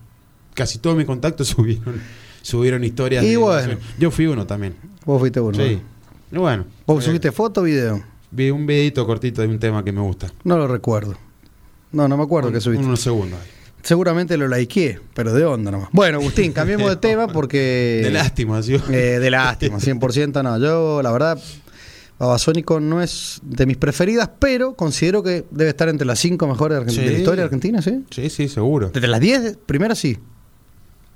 Speaker 5: casi todos mis contactos subieron, subieron historias.
Speaker 4: Y
Speaker 5: de
Speaker 4: bueno.
Speaker 5: Basónico. Yo fui uno también.
Speaker 4: Vos fuiste uno.
Speaker 5: sí.
Speaker 4: ¿no?
Speaker 5: Y bueno.
Speaker 4: ¿Vos
Speaker 5: eh,
Speaker 4: subiste foto o video?
Speaker 5: Vi un videito cortito de un tema que me gusta.
Speaker 4: No lo recuerdo. No, no me acuerdo que subiste.
Speaker 5: Unos segundos. ahí.
Speaker 4: Seguramente lo likeé, pero de onda nomás. Bueno, Agustín, cambiemos de tema porque.
Speaker 5: de lástima, ¿sí?
Speaker 4: Eh, de lástima, 100% no. Yo, la verdad, Babasónico no es de mis preferidas, pero considero que debe estar entre las 5 mejores de, Argen-
Speaker 5: Sí.
Speaker 4: de la historia argentina, ¿sí?
Speaker 5: sí, sí, seguro.
Speaker 4: Desde las 10, primero sí.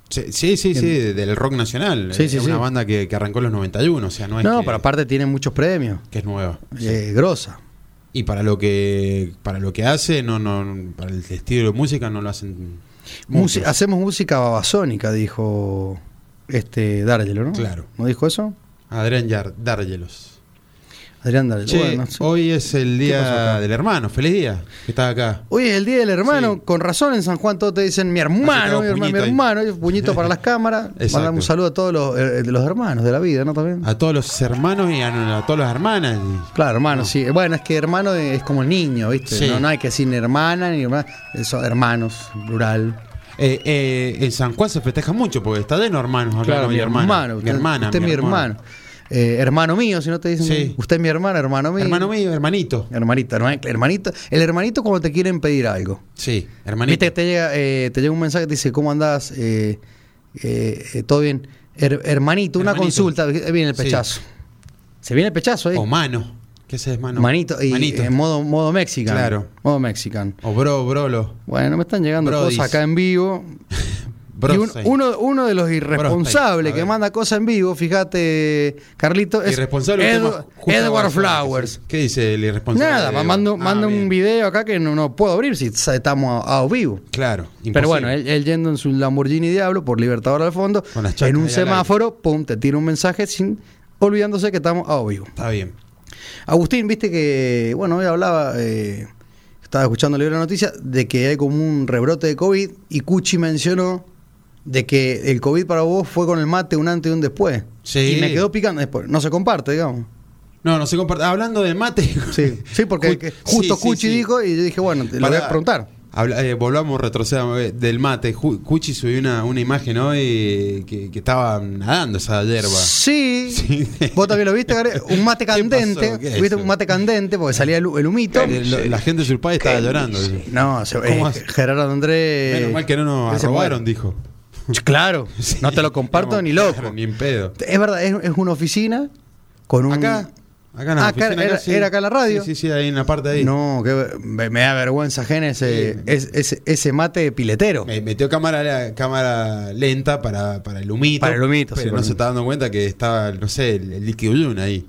Speaker 5: Sí, sí, sí, sí, del rock nacional.
Speaker 4: Sí,
Speaker 5: es
Speaker 4: sí,
Speaker 5: una
Speaker 4: sí.
Speaker 5: banda que, que arrancó en los 91, o sea, no es
Speaker 4: No,
Speaker 5: que,
Speaker 4: pero aparte tiene muchos premios.
Speaker 5: que es nueva.
Speaker 4: Eh, grosa.
Speaker 5: Y para lo que para lo que hace, no no para el estilo de música no lo hacen
Speaker 4: Musi-
Speaker 5: muchos.
Speaker 4: hacemos música babasónica, dijo este D'Argelo, ¿no?
Speaker 5: Claro.
Speaker 4: ¿No dijo eso?
Speaker 5: Adrián Yar- Dárgelos.
Speaker 4: Adrián D'Argelo.
Speaker 5: Che,
Speaker 4: Bueno, sí.
Speaker 5: hoy es el
Speaker 4: pasó acá?
Speaker 5: día del hermano, feliz día que estás acá.
Speaker 4: Hoy es el día del hermano,
Speaker 5: Sí.
Speaker 4: con razón en San Juan todos te dicen mi
Speaker 5: Así te
Speaker 4: hermano,
Speaker 5: hago
Speaker 4: mi hermano, mi
Speaker 5: puñito ahí.
Speaker 4: hermano, y puñito para las cámaras.
Speaker 5: Exacto. Ah.
Speaker 4: Mandamos un saludo a todos los, eh, de los hermanos de la vida, ¿no? También.
Speaker 5: A todos los hermanos y a, a todas las hermanas. y-
Speaker 4: Claro, hermano, sí. Bueno, es que hermano es como el niño, ¿viste?
Speaker 5: Sí.
Speaker 4: No, no hay que decir ni hermana ni hermana. Son hermanos, plural.
Speaker 5: Eh, eh, en San Juan se festeja mucho porque está de hermanos acá, no,
Speaker 4: mi hermano.
Speaker 5: Mi hermana.
Speaker 4: Usted es mi hermano. Eh, hermano mío, si no te dicen.
Speaker 5: Sí.
Speaker 4: Usted es mi hermano, hermano mío.
Speaker 5: Hermano mío, hermanito.
Speaker 4: Hermanito, herma- hermanito. El hermanito cuando te quieren pedir algo.
Speaker 5: Sí, hermanito.
Speaker 4: Viste que te llega, eh, te llega un mensaje que te dice, ¿cómo andás? Eh, eh, eh, ¿Todo bien? Her- hermanito, una
Speaker 5: Hermanito.
Speaker 4: consulta. Ahí Viene el
Speaker 5: Sí.
Speaker 4: pechazo. Se viene el pechazo, ¿eh?
Speaker 5: O mano. ¿Qué se es mano?
Speaker 4: Manito. Y eh, en modo, modo mexicano.
Speaker 5: Claro.
Speaker 4: Modo mexicano.
Speaker 5: O bro, brolo.
Speaker 4: Bueno, me están llegando
Speaker 5: Brodis.
Speaker 4: cosas acá en vivo.
Speaker 5: Bro,
Speaker 4: y un-
Speaker 5: sí.
Speaker 4: uno, uno de los
Speaker 5: Brostein,
Speaker 4: irresponsables
Speaker 5: a
Speaker 4: que
Speaker 5: ver.
Speaker 4: manda cosas en vivo, fíjate, Carlito, es
Speaker 5: irresponsable.
Speaker 4: Edu-
Speaker 5: tema justo
Speaker 4: Edward
Speaker 5: abajo,
Speaker 4: Flowers.
Speaker 5: ¿Qué dice el irresponsable?
Speaker 4: Nada,
Speaker 5: Edward?
Speaker 4: manda
Speaker 5: Ah,
Speaker 4: manda un
Speaker 5: bien.
Speaker 4: video acá que no, no puedo abrir si sa- estamos a, a vivo.
Speaker 5: Claro. imposible.
Speaker 4: Pero bueno, él, él yendo en su Lamborghini Diablo por Libertador al fondo,
Speaker 5: Con las chacas
Speaker 4: en un
Speaker 5: ahí al aire.
Speaker 4: semáforo, pum, te tira un mensaje sin olvidándose que estamos a vivo.
Speaker 5: Está bien.
Speaker 4: Agustín, viste que, bueno, hoy hablaba, eh, estaba escuchando el libro de noticias, de que hay como un rebrote de COVID y Cuchi mencionó de que el COVID para vos fue con el mate un antes y un después.
Speaker 5: Sí.
Speaker 4: Y me quedó picando después. No se comparte, digamos.
Speaker 5: No, no se comparte. Hablando de mate.
Speaker 4: Sí, sí porque
Speaker 5: Ju-
Speaker 4: que-
Speaker 5: sí,
Speaker 4: justo
Speaker 5: sí,
Speaker 4: Cuchi
Speaker 5: sí.
Speaker 4: dijo y yo dije, bueno, te lo voy a
Speaker 5: Pará.
Speaker 4: preguntar.
Speaker 5: Habla- eh, volvamos, retrocedamos eh, del mate. Ju- Cuchi subió una, una imagen hoy eh, que, que estaba nadando esa hierba.
Speaker 4: Sí.
Speaker 5: Sí.
Speaker 4: Vos también lo viste, Gare? un mate
Speaker 5: ¿Qué pasó?
Speaker 4: candente.
Speaker 5: ¿Qué es
Speaker 4: Viste
Speaker 5: eso?
Speaker 4: un mate candente porque salía el, el humito.
Speaker 5: Eh, lo- la gente de Surpay estaba llorando. dice.
Speaker 4: No, se- eh,
Speaker 5: ¿Cómo hace?
Speaker 4: Gerardo Andrés.
Speaker 5: Menos mal que no nos
Speaker 4: se
Speaker 5: robaron,
Speaker 4: muere.
Speaker 5: dijo.
Speaker 4: Claro, no te lo comparto
Speaker 5: No,
Speaker 4: ni
Speaker 5: claro,
Speaker 4: loco.
Speaker 5: Ni en pedo.
Speaker 4: Es verdad, es, es una oficina con un.
Speaker 5: Acá, acá en la
Speaker 4: Ah, acá
Speaker 5: oficina,
Speaker 4: era-
Speaker 5: sí.
Speaker 4: era acá en la radio.
Speaker 5: Sí, sí, sí, ahí en la parte de ahí.
Speaker 4: No, que me, me da vergüenza ajena ese,
Speaker 5: Sí.
Speaker 4: es- ese, ese mate piletero.
Speaker 5: Me metió cámara, la- cámara lenta para, para el humito.
Speaker 4: Para el humito, sí,
Speaker 5: Pero
Speaker 4: por
Speaker 5: no
Speaker 4: mí.
Speaker 5: se está dando cuenta que estaba, no sé, el, el líquido Yun ahí.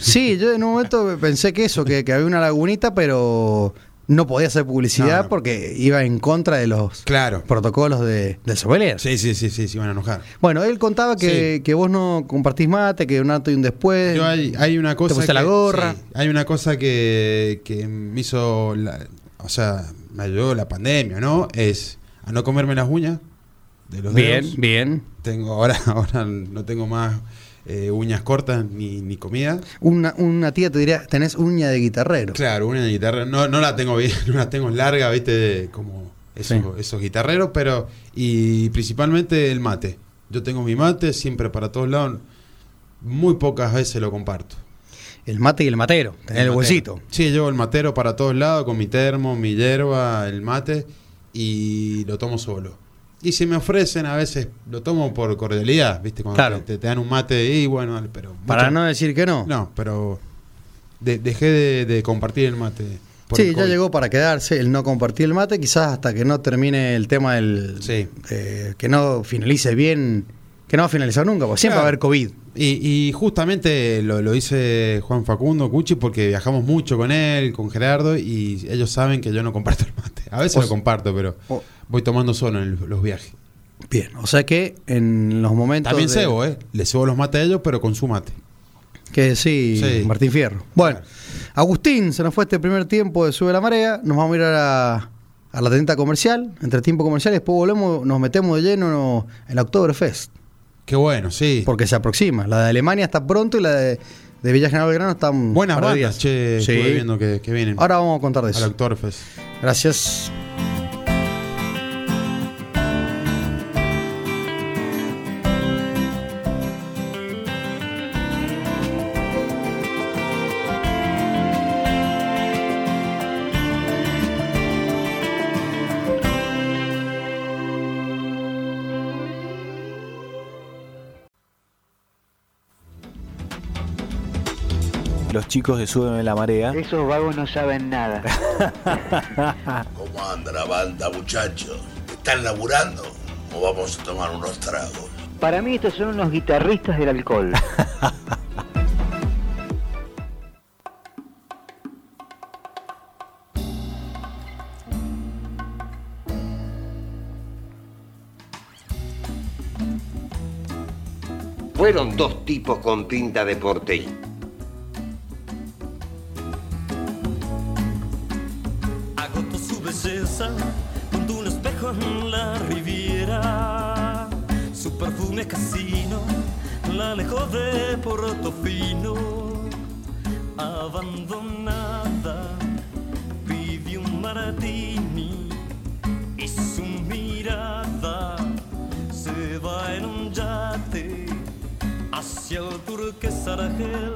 Speaker 4: Sí, yo en un momento pensé que eso, que, que había una lagunita, pero no podía hacer publicidad
Speaker 5: No, no.
Speaker 4: porque iba en contra de los
Speaker 5: Claro.
Speaker 4: protocolos de, del sommelier.
Speaker 5: Sí, sí, sí, sí, se iban a enojar.
Speaker 4: Bueno, él contaba que,
Speaker 5: Sí.
Speaker 4: que vos no compartís mate, que un antes y un después.
Speaker 5: Yo hay, hay una cosa.
Speaker 4: Eh, pusiste
Speaker 5: que-
Speaker 4: la gorra.
Speaker 5: sí, hay una cosa que, que me hizo. la- o sea, me ayudó la pandemia, ¿no? Es a no comerme las uñas de los
Speaker 4: bien,
Speaker 5: dedos.
Speaker 4: bien.
Speaker 5: Tengo ahora, ahora no tengo más eh, uñas cortas ni, ni comida.
Speaker 4: Una, una tía te diría, tenés uña de guitarrero.
Speaker 5: Claro, una guitarra. No, no la tengo bien, no la tengo larga, viste, como esos,
Speaker 4: Sí.
Speaker 5: esos guitarreros, pero. Y principalmente el mate. Yo tengo mi mate siempre para todos lados. Muy pocas veces lo comparto.
Speaker 4: El mate y el matero, tenés el,
Speaker 5: matero.
Speaker 4: huesito.
Speaker 5: Sí, llevo el matero para todos lados, con mi termo, mi hierba, el mate, y lo tomo solo. Y si me ofrecen, a veces lo tomo por cordialidad, ¿viste? Cuando
Speaker 4: Claro.
Speaker 5: te, te dan un mate y bueno, dale, pero.
Speaker 4: Para
Speaker 5: mucho-
Speaker 4: no decir que no.
Speaker 5: No, pero. de- dejé de, de compartir el mate. por el
Speaker 4: sí, ya
Speaker 5: COVID.
Speaker 4: llegó para quedarse el no compartir el mate, quizás hasta que no termine el tema del...
Speaker 5: Sí.
Speaker 4: eh, que no finalice bien, que no va a finalizar nunca, porque siempre va
Speaker 5: Claro.
Speaker 4: a haber COVID.
Speaker 5: Y, y justamente lo, lo dice Juan Facundo Cuchi porque viajamos mucho con él, con Gerardo, y ellos saben que yo no comparto el mate. A veces
Speaker 4: O
Speaker 5: lo
Speaker 4: sea-
Speaker 5: comparto, pero
Speaker 4: o-
Speaker 5: voy tomando solo en el- los viajes.
Speaker 4: Bien, o sea que en los momentos...
Speaker 5: También
Speaker 4: de-
Speaker 5: cebo, ¿eh? Le cebo los mates a ellos, pero con su mate.
Speaker 4: Que sí,
Speaker 5: Sí.
Speaker 4: Martín Fierro. Bueno, Agustín, se nos fue este primer tiempo de Sube la Marea. Nos vamos a ir a la, a la tienda comercial, entre tiempo comercial, y después volvemos, nos metemos de lleno en la Oktoberfest,
Speaker 5: Qué bueno, sí.
Speaker 4: porque se aproxima. La de Alemania está pronto y la de, de Villa General Belgrano está un
Speaker 5: Buenas
Speaker 4: par de
Speaker 5: bandas,
Speaker 4: días.
Speaker 5: che,
Speaker 4: Sí.
Speaker 5: estuve viendo que, que vienen.
Speaker 4: Ahora vamos a contar de
Speaker 5: al
Speaker 4: eso.
Speaker 5: Actorfest.
Speaker 4: Gracias.
Speaker 6: Los chicos de Súbeme la Marea.
Speaker 7: Esos vagos no saben nada.
Speaker 8: ¿Cómo anda la banda, muchachos? ¿Están laburando? ¿O vamos a tomar unos tragos?
Speaker 7: Para mí estos son unos guitarristas del alcohol.
Speaker 9: Fueron dos tipos con pinta de porteño.
Speaker 3: agotó su belleza con un espejo en la Riviera. Su perfume casino la alejó de Portofino. Abandonada, pidió un martini y su mirada se va en un yate hacia el turquesa Argel,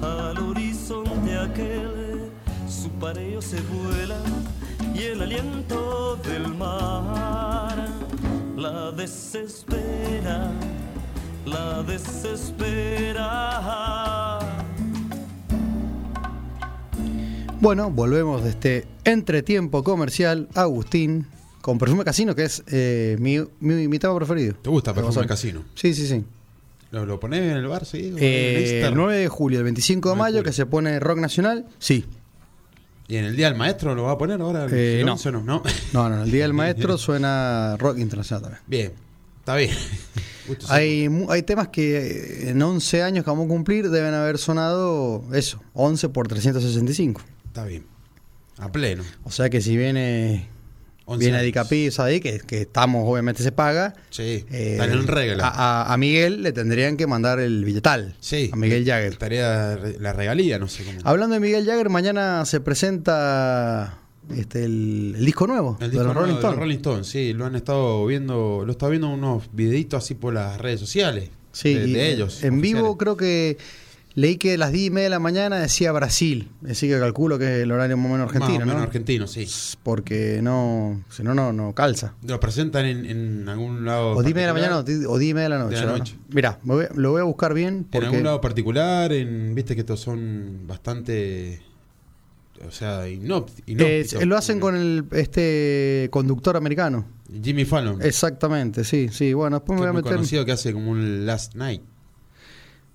Speaker 3: al horizonte aquel, su pareo se vuela y el aliento del mar la desespera, la desespera.
Speaker 4: Bueno, volvemos de este entretiempo comercial, Agustín, con Perfume Casino, que es eh, mi, mi- mi tema preferido.
Speaker 5: ¿Te gusta Perfume
Speaker 4: Gonzalo.
Speaker 5: Casino?
Speaker 4: Sí, sí, sí.
Speaker 5: ¿Lo, lo ponés en el bar seguido? En
Speaker 4: Eh,
Speaker 5: Instagram.
Speaker 4: el 9 de julio, el 25 de
Speaker 5: 9 de
Speaker 4: mayo,
Speaker 5: julio.
Speaker 4: que se pone rock nacional. Sí.
Speaker 5: ¿Y en el Día del Maestro lo va a poner ahora? El
Speaker 4: Eh, no.
Speaker 5: 11 no. ¿no?
Speaker 4: No, no, el Día del Maestro suena rock internacional también.
Speaker 5: Bien, está bien. Justo sí.
Speaker 4: Hay, mu- hay temas que eh, en 11 años que vamos a cumplir deben haber sonado eso, 11 por 365.
Speaker 5: Está bien. A pleno.
Speaker 4: O sea que si viene,
Speaker 5: 11
Speaker 4: viene
Speaker 5: años.
Speaker 4: Adicapiz ahí, que, que estamos, obviamente se paga,
Speaker 5: Sí,
Speaker 4: Eh,
Speaker 5: están en regla.
Speaker 4: A, a- a Miguel le tendrían que mandar el billetal.
Speaker 5: sí.
Speaker 4: A Miguel Jagger.
Speaker 5: Tarea re- la regalía, no sé cómo.
Speaker 4: Hablando de Miguel Jagger, mañana se presenta este, el, el disco nuevo
Speaker 5: El
Speaker 4: de
Speaker 5: disco
Speaker 4: los
Speaker 5: nuevo
Speaker 4: Rolling
Speaker 5: de los
Speaker 4: Stones.
Speaker 5: Rolling Stones, sí, lo han estado viendo, lo está viendo unos videitos así por las redes sociales.
Speaker 4: Sí,
Speaker 5: de,
Speaker 4: y eh,
Speaker 5: de ellos.
Speaker 4: En vivo
Speaker 5: oficiales.
Speaker 4: creo que leí que a las 10 y media de la mañana decía Brasil. Así que calculo que es el horario más o menos argentino,
Speaker 5: Más o
Speaker 4: ¿no?
Speaker 5: menos argentino, sí.
Speaker 4: Porque no, si no, no, no calza.
Speaker 5: Lo presentan en, en algún lado.
Speaker 4: O 10 y media de la mañana o
Speaker 5: particular,
Speaker 4: 10 o 10 y media de la noche.
Speaker 5: De la
Speaker 4: ¿no?
Speaker 5: noche.
Speaker 4: Mirá, me voy- lo voy a buscar bien
Speaker 5: En algún
Speaker 4: porque
Speaker 5: lado particular, en, viste que estos son bastante. O sea, inópti-
Speaker 4: eh,
Speaker 5: inóspitos.
Speaker 4: lo hacen con el este conductor americano.
Speaker 5: Jimmy Fallon.
Speaker 4: Exactamente, sí, sí. Bueno, después
Speaker 5: que
Speaker 4: me voy
Speaker 5: es muy
Speaker 4: a meter.
Speaker 5: conocido que hace como un Last Night.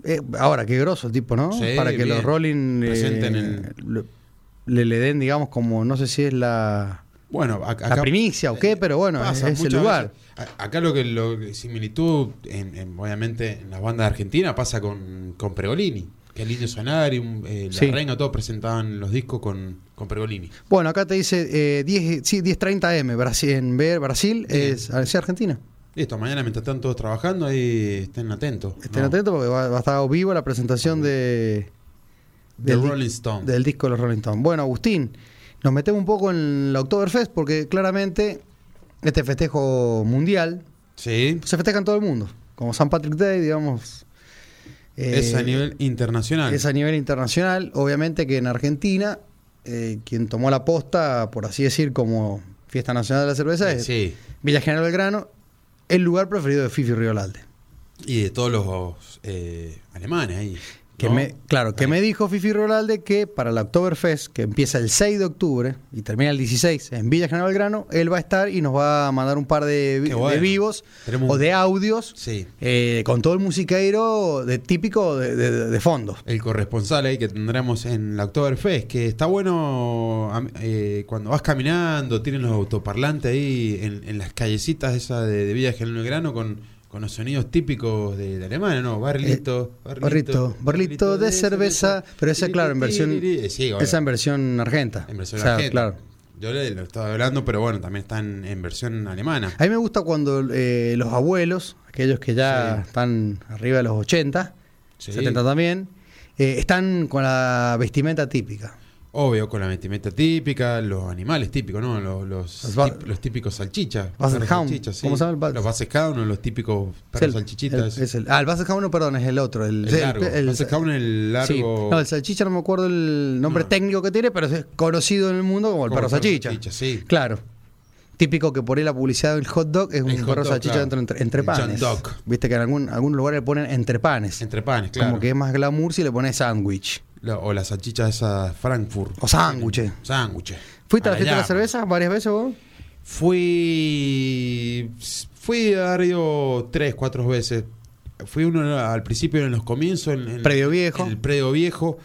Speaker 4: Eh, ahora, qué grosso el tipo, ¿no?
Speaker 5: Sí,
Speaker 4: Para que
Speaker 5: bien.
Speaker 4: los Rolling eh,
Speaker 5: Presenten el-
Speaker 4: lo- le, le den, digamos, como no sé si es la.
Speaker 5: Bueno, a- acá.
Speaker 4: primicia o qué, pero bueno,
Speaker 5: pasa
Speaker 4: es- es el
Speaker 5: muchas
Speaker 4: lugar.
Speaker 5: veces. A- Acá lo que. Lo, que similitud, en, en- obviamente, en las bandas argentinas pasa con, con Pregolini. Que el Indio Sonar y un- eh, La
Speaker 4: Sí.
Speaker 5: Reina, todos presentaban los discos con, con Pregolini.
Speaker 4: Bueno, acá te dice eh, 10, sí, 10.30M, Brasil, en ver Brasil,
Speaker 5: Bien.
Speaker 4: es, es Argentina.
Speaker 5: Listo, mañana mientras están todos trabajando, ahí estén atentos.
Speaker 4: Estén
Speaker 5: ¿no?
Speaker 4: atentos porque va, va a estar vivo la presentación de,
Speaker 5: The
Speaker 4: del di-
Speaker 5: Rolling Stones.
Speaker 4: del disco de los Rolling Stones. Bueno, Agustín, nos metemos un poco en la Oktoberfest porque claramente este festejo mundial
Speaker 5: Sí.
Speaker 4: se festeja en todo el mundo, como San Patrick Day, digamos. eh,
Speaker 5: es a nivel internacional.
Speaker 4: es a nivel internacional. Obviamente que en Argentina, eh, quien tomó la posta, por así decir, como fiesta nacional de la cerveza, es
Speaker 5: Sí.
Speaker 4: Villa General Belgrano, el lugar preferido de Fifi Riolalde.
Speaker 5: Y de todos los eh, alemanes ahí.
Speaker 4: Que
Speaker 5: ¿no?
Speaker 4: me, claro, que me dijo Fifi Riolalde que para la Oktoberfest, que empieza el 6 de octubre y termina el 16 en Villa General Belgrano, él va a estar y nos va a mandar un par de, vi-
Speaker 5: Qué bueno.
Speaker 4: de vivos
Speaker 5: Tenemos
Speaker 4: o
Speaker 5: un-
Speaker 4: de audios
Speaker 5: Sí.
Speaker 4: eh, con todo el musiqueiro de, típico de, de, de- de fondo.
Speaker 5: El corresponsal ahí que tendremos en la Oktoberfest, que está bueno am- eh, cuando vas caminando, tienen los autoparlantes ahí en, en las callecitas esas de, de Villa General Belgrano con, con con los sonidos típicos de, de Alemania, ¿no? Barlito,
Speaker 4: Eh, barrito, barrito de cerveza, pero esa, claro, en versión-
Speaker 5: Eh, sí, obvio.
Speaker 4: Esa en versión argenta.
Speaker 5: En versión
Speaker 4: O sea,
Speaker 5: argentina.
Speaker 4: claro.
Speaker 5: Yo le lo estaba hablando, pero bueno, también están en versión alemana.
Speaker 4: A mí me gusta cuando eh, los abuelos, aquellos que ya
Speaker 5: Sí.
Speaker 4: están arriba de los 80,
Speaker 5: Sí.
Speaker 4: 70 también, eh, están con la vestimenta típica.
Speaker 5: Obvio, con la vestimenta típica, los animales típicos, ¿no? Los, los,
Speaker 4: Los ba-
Speaker 5: tip- los típicos salchichas.
Speaker 4: Basset
Speaker 5: perros
Speaker 4: Hound.
Speaker 5: salchichas, sí.
Speaker 4: ¿Cómo se llama el ba-
Speaker 5: Los Basset Hound, los típicos
Speaker 4: Es
Speaker 5: perros
Speaker 4: el-
Speaker 5: salchichitas.
Speaker 4: el- es el- ah, el Basset Hound no, perdón, es el otro. El,
Speaker 5: El largo. Basset Hound, el largo-
Speaker 4: sí. No, el salchicha no me acuerdo el nombre
Speaker 5: No.
Speaker 4: técnico que tiene, pero es conocido en el mundo como el
Speaker 5: Como
Speaker 4: perro salchicha.
Speaker 5: sí.
Speaker 4: Claro. Típico que por ahí la publicidad del hot dog es un
Speaker 5: El hot
Speaker 4: perro
Speaker 5: dog,
Speaker 4: salchicha
Speaker 5: claro.
Speaker 4: dentro entre, entre
Speaker 5: El John
Speaker 4: panes.
Speaker 5: Dog.
Speaker 4: Viste que en algún, algún lugar le ponen entre panes.
Speaker 5: Entre panes, claro.
Speaker 4: Como que es más glamour si le pones sándwich.
Speaker 5: La- o las salchichas esas Frankfurt.
Speaker 4: O sándwiches.
Speaker 5: Sándwiches.
Speaker 4: ¿Fuiste a la
Speaker 5: la
Speaker 4: fiesta de la
Speaker 5: llama.
Speaker 4: cerveza varias veces vos?
Speaker 5: Fui. Fui a Río tres, cuatro veces. Fui uno al principio, en los comienzos. En, en-
Speaker 4: Predio Viejo.
Speaker 5: en el Predio Viejo.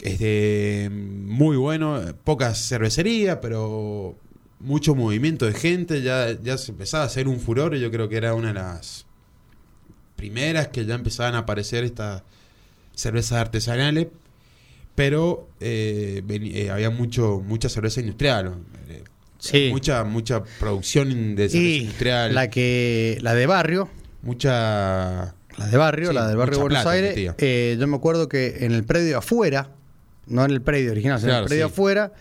Speaker 5: Este, muy bueno. Pocas cervecerías, pero mucho movimiento de gente. Ya, ya se empezaba a hacer un furor. y Yo creo que era una de las primeras que ya empezaban a aparecer estas cervezas artesanales. Pero eh, veni- eh, había mucho mucha cerveza industrial. eh,
Speaker 4: Sí.
Speaker 5: Mucha, mucha producción de cerveza
Speaker 4: Y
Speaker 5: industrial.
Speaker 4: la que. la de barrio.
Speaker 5: Mucha.
Speaker 4: La de barrio,
Speaker 5: Sí,
Speaker 4: la del barrio de
Speaker 5: mucha
Speaker 4: Buenos
Speaker 5: plata,
Speaker 4: Aires.
Speaker 5: metía.
Speaker 4: eh, yo me acuerdo que en el predio afuera, no en el predio original, sino en
Speaker 5: Claro,
Speaker 4: el predio
Speaker 5: sí.
Speaker 4: afuera,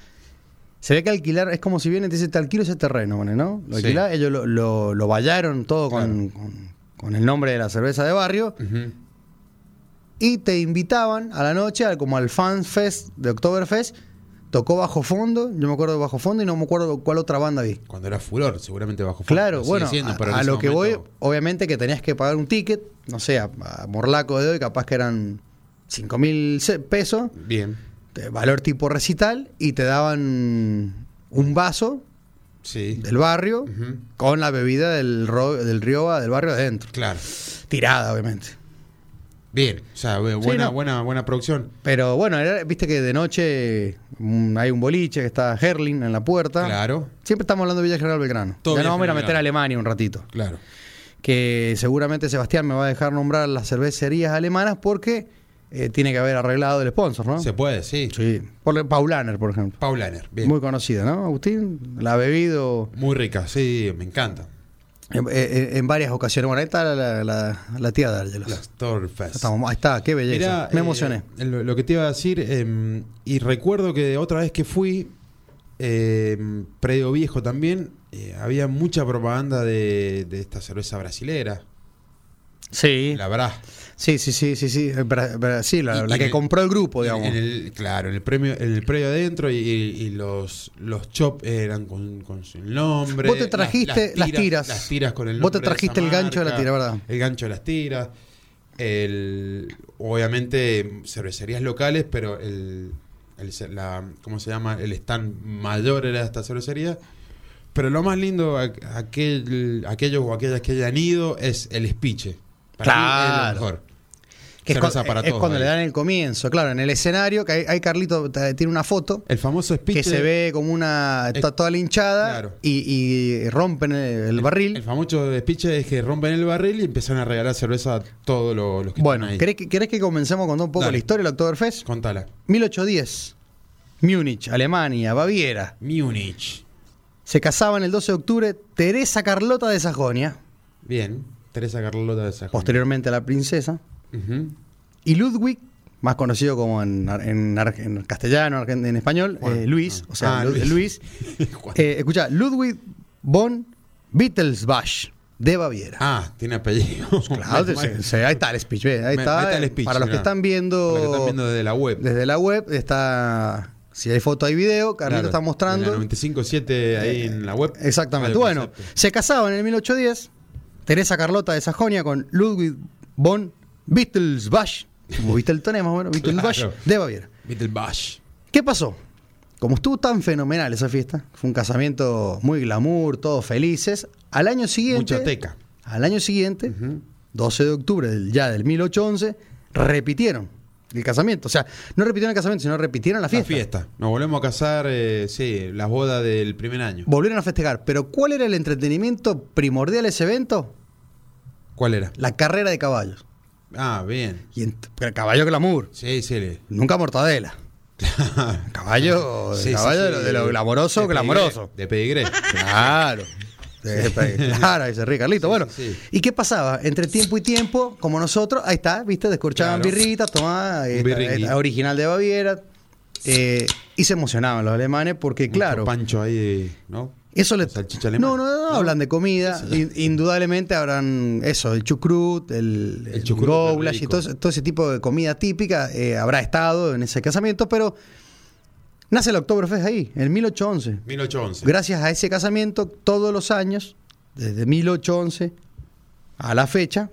Speaker 4: se ve que alquilar, es como si vienen y te dicen, te alquilo ese terreno, bueno, ¿no? Lo
Speaker 5: Sí.
Speaker 4: alquilá, ellos lo, lo, lo vallaron todo con, con- con el nombre de la cerveza de barrio
Speaker 5: Ujú.
Speaker 4: y te invitaban a la noche, al- como al Fan Fest de Oktoberfest. Tocó Bajo Fondo, yo me acuerdo de Bajo Fondo y no me acuerdo cuál otra banda vi.
Speaker 5: Cuando era furor, seguramente bajo fondo.
Speaker 4: Claro,
Speaker 5: Lo sigue
Speaker 4: bueno,
Speaker 5: siendo,
Speaker 4: a-
Speaker 5: pero en
Speaker 4: a,
Speaker 5: ese
Speaker 4: lo que
Speaker 5: momento-
Speaker 4: voy, obviamente que tenías que pagar un ticket, no sé, a, a Morlaco de hoy capaz que eran 5 mil pesos,
Speaker 5: Bien.
Speaker 4: de valor tipo recital, y te daban un vaso
Speaker 5: Sí.
Speaker 4: del barrio
Speaker 5: Ujú.
Speaker 4: con la bebida del, ro- del Rioba del barrio adentro,
Speaker 5: Claro.
Speaker 4: tirada obviamente.
Speaker 5: Bien. O sea, bu- buena,
Speaker 4: no.
Speaker 5: buena, buena producción.
Speaker 4: Pero bueno, era- viste que de noche mm, hay un boliche que está Herling en la puerta.
Speaker 5: Claro.
Speaker 4: Siempre estamos hablando de Villa General Belgrano.
Speaker 5: Todo
Speaker 4: ya
Speaker 5: Villa
Speaker 4: nos vamos a ir a
Speaker 5: General
Speaker 4: meter a
Speaker 5: Belgrano.
Speaker 4: Alemania un ratito.
Speaker 5: Claro.
Speaker 4: que seguramente Sebastián me va a dejar nombrar las cervecerías alemanas porque eh, tiene que haber arreglado el sponsor, ¿no?
Speaker 5: Se puede, sí.
Speaker 4: Ah. Sí. Por, Paulaner, por ejemplo.
Speaker 5: Paul Lanner. Bien.
Speaker 4: Muy
Speaker 5: Muy,
Speaker 4: conocida, ¿no, Agustín? La ha bebido
Speaker 5: rica, sí, me encanta.
Speaker 4: en, en- en varias ocasiones. Bueno, ahí está la, la- la tía Dárgelos.
Speaker 5: Las Torfest.
Speaker 4: Ahí está, qué belleza.
Speaker 5: Mirá,
Speaker 4: me
Speaker 5: eh,
Speaker 4: emocioné.
Speaker 5: lo, lo que te iba a decir, em, y recuerdo que otra vez que fui, em, Predio Viejo también, eh, había mucha propaganda de, de esta cerveza brasilera,
Speaker 4: Sí.
Speaker 5: la Bra.
Speaker 4: sí, sí, sí, sí, sí. Eh, Bra- Bra- sí, la,
Speaker 5: Y-
Speaker 4: la
Speaker 5: y
Speaker 4: que
Speaker 5: en-
Speaker 4: compró el grupo,
Speaker 5: en-
Speaker 4: digamos.
Speaker 5: en el- claro, en el, premio, en el predio adentro y, y los, los chop eran con, con su nombre.
Speaker 4: Vos te trajiste las tiras.
Speaker 5: Las tiras con el
Speaker 4: Vos te
Speaker 5: nombre de esa
Speaker 4: trajiste el gancho de la
Speaker 5: marca,
Speaker 4: tira, ¿verdad?
Speaker 5: El gancho de las tiras. El, obviamente cervecerías locales, pero el, el ce- la, ¿cómo se llama? El stand mayor era esta cervecería. Pero lo más lindo, a- aquel, aquellos o aquellas que hayan ido, es el espiche. Para mí es
Speaker 4: Claro.
Speaker 5: lo mejor.
Speaker 4: que es, cu-
Speaker 5: cerveza para
Speaker 4: es
Speaker 5: todos,
Speaker 4: cuando
Speaker 5: ahí.
Speaker 4: le dan el comienzo, claro, en el escenario, que ahí, ahí Carlito eh, tiene una foto.
Speaker 5: El famoso
Speaker 4: que
Speaker 5: espiche.
Speaker 4: se ve como una. Está
Speaker 5: Eh,
Speaker 4: toda la hinchada
Speaker 5: claro.
Speaker 4: y, y rompen el, el barril.
Speaker 5: El famoso despiche es que rompen el barril y empiezan a regalar cerveza a todos lo- los que
Speaker 4: bueno,
Speaker 5: están ahí.
Speaker 4: ¿querés que, querés que comencemos contando un poco
Speaker 5: Dale.
Speaker 4: la historia del Oktoberfest?
Speaker 5: Contala.
Speaker 4: 1810. Múnich, Alemania, Baviera.
Speaker 5: Múnich.
Speaker 4: Se casaban el 12 de octubre Teresa Carlota de Sajonia,
Speaker 5: Bien. Teresa Carlota de Sajonia.
Speaker 4: posteriormente la princesa,
Speaker 5: Ujú.
Speaker 4: y Ludwig, más conocido como en, ar- en ar- en castellano, argen- en español,
Speaker 5: Juan.
Speaker 4: eh, Luis,
Speaker 5: Ah.
Speaker 4: o sea,
Speaker 5: Ah,
Speaker 4: Lu- Luis.
Speaker 5: Luis. Juan.
Speaker 4: Eh, escucha, Ludwig von Wittelsbach de Baviera.
Speaker 5: Ah, tiene apellido.
Speaker 4: pues, Claro, se- se- ahí está el speech. ve, ahí
Speaker 5: Me-
Speaker 4: está. eh,
Speaker 5: ahí está el speech,
Speaker 4: para los que
Speaker 5: mirá.
Speaker 4: están viendo,
Speaker 5: Para los que están viendo desde la web.
Speaker 4: desde la web, está. Si hay foto, hay video. Carlito
Speaker 5: Claro,
Speaker 4: está
Speaker 5: en la
Speaker 4: mostrando. Eh,
Speaker 5: 95.7 ahí en la web.
Speaker 4: Exactamente.
Speaker 5: Radio
Speaker 4: Bueno,
Speaker 5: Concepto.
Speaker 4: se casaban en el 1810. Teresa Carlota de Sajonia con Ludwig von Wittelsbach. Como Wittelston es más bueno, Wittelsbach
Speaker 5: Claro.
Speaker 4: de Baviera.
Speaker 5: Beetlebash.
Speaker 4: ¿Qué pasó? Como estuvo tan fenomenal esa fiesta, fue un casamiento muy glamour, todos felices. Al año siguiente.
Speaker 5: Mucha teca.
Speaker 4: Al año siguiente, 12 de octubre del, ya del 1811, repitieron el casamiento. O sea, no repitieron el casamiento, sino repitieron la
Speaker 5: La
Speaker 4: fiesta.
Speaker 5: fiesta. Nos volvemos a casar, eh, sí, las bodas del primer año.
Speaker 4: Volvieron a festejar. Pero ¿cuál era el entretenimiento primordial de ese evento?
Speaker 5: ¿Cuál era?
Speaker 4: La carrera de caballos.
Speaker 5: Ah, bien.
Speaker 4: Y en- pero caballo glamour,
Speaker 5: Sí, sí. le-
Speaker 4: nunca mortadela. Caballo,
Speaker 5: Sí, sí,
Speaker 4: caballo de
Speaker 5: sí.
Speaker 4: lo- de lo glamoroso,
Speaker 5: De
Speaker 4: glamoroso.
Speaker 5: pedigré, De pedigré.
Speaker 4: Claro. Eh, Claro, dice Rick Carlito.
Speaker 5: Sí,
Speaker 4: Bueno,
Speaker 5: sí, sí.
Speaker 4: ¿y qué pasaba? Entre tiempo y tiempo, como nosotros, ahí está, ¿viste? Descorchaban
Speaker 5: Claro.
Speaker 4: birritas, tomaban esta-
Speaker 5: birringui.
Speaker 4: esta original de Baviera. eh, y se emocionaban los alemanes porque, claro,
Speaker 5: Mucho pancho ahí, de- ¿no?
Speaker 4: eso le.
Speaker 5: Salchicha alemana.
Speaker 4: No, no, no, hablan de comida. in- Indudablemente habrán eso, el chucrut, el, el,
Speaker 5: chucrut
Speaker 4: goulash y
Speaker 5: es rico.
Speaker 4: todo, ese- todo ese tipo de comida típica eh, habrá estado en ese casamiento, pero nace el Oktoberfest ahí, en 1811.
Speaker 5: 1811.
Speaker 4: Gracias a ese casamiento, todos los años, desde 1811 a la fecha,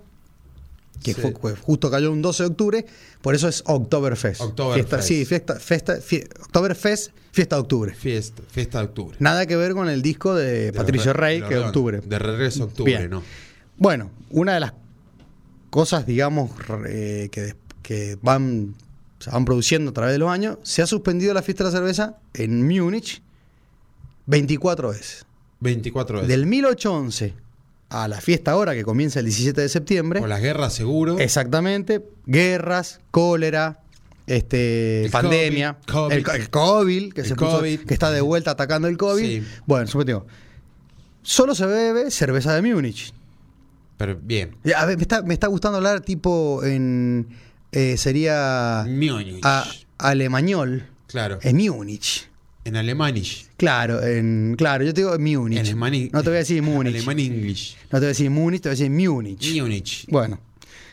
Speaker 4: que
Speaker 5: Sí.
Speaker 4: fue- fue- justo cayó un 12 de octubre, por eso es Oktoberfest.
Speaker 5: Oktoberfest.
Speaker 4: Fiesta- Sí, fiesta, fiesta, fie- Oktoberfest, fiesta de octubre.
Speaker 5: Fiesta, fiesta de octubre.
Speaker 4: Nada que ver con el disco de,
Speaker 5: De
Speaker 4: Patricio
Speaker 5: los re-
Speaker 4: Rey,
Speaker 5: de los
Speaker 4: que es
Speaker 5: redondos.
Speaker 4: octubre.
Speaker 5: De regreso a octubre,
Speaker 4: Bien.
Speaker 5: ¿no?
Speaker 4: Bueno, una de las cosas, digamos, re- que, des- que van, se van produciendo a través de los años, se ha suspendido la fiesta de la cerveza en Múnich 24 veces.
Speaker 5: 24 veces.
Speaker 4: Del 1811 a la fiesta ahora que comienza el 17 de septiembre.
Speaker 5: Con las guerras, seguro.
Speaker 4: Exactamente, guerras, cólera, este,
Speaker 5: El
Speaker 4: pandemia,
Speaker 5: COVID,
Speaker 4: el, co- el COVID, que,
Speaker 5: El
Speaker 4: se puso-
Speaker 5: COVID.
Speaker 4: que está de vuelta atacando el COVID.
Speaker 5: Sí.
Speaker 4: Bueno, supongo. Solo se bebe cerveza de Múnich.
Speaker 5: Pero bien.
Speaker 4: Y, A ver, me está, me está gustando hablar tipo en. eh, sería.
Speaker 5: Múnich.
Speaker 4: a- alemañol.
Speaker 5: Claro.
Speaker 4: En Múnich.
Speaker 5: En alemanish.
Speaker 4: Claro, en, claro, yo te digo en Múnich.
Speaker 5: En alemani-
Speaker 4: No te voy a decir Múnich.
Speaker 5: Alemán English.
Speaker 4: No te voy a decir Múnich, te voy a decir Múnich.
Speaker 5: Múnich.
Speaker 4: Bueno,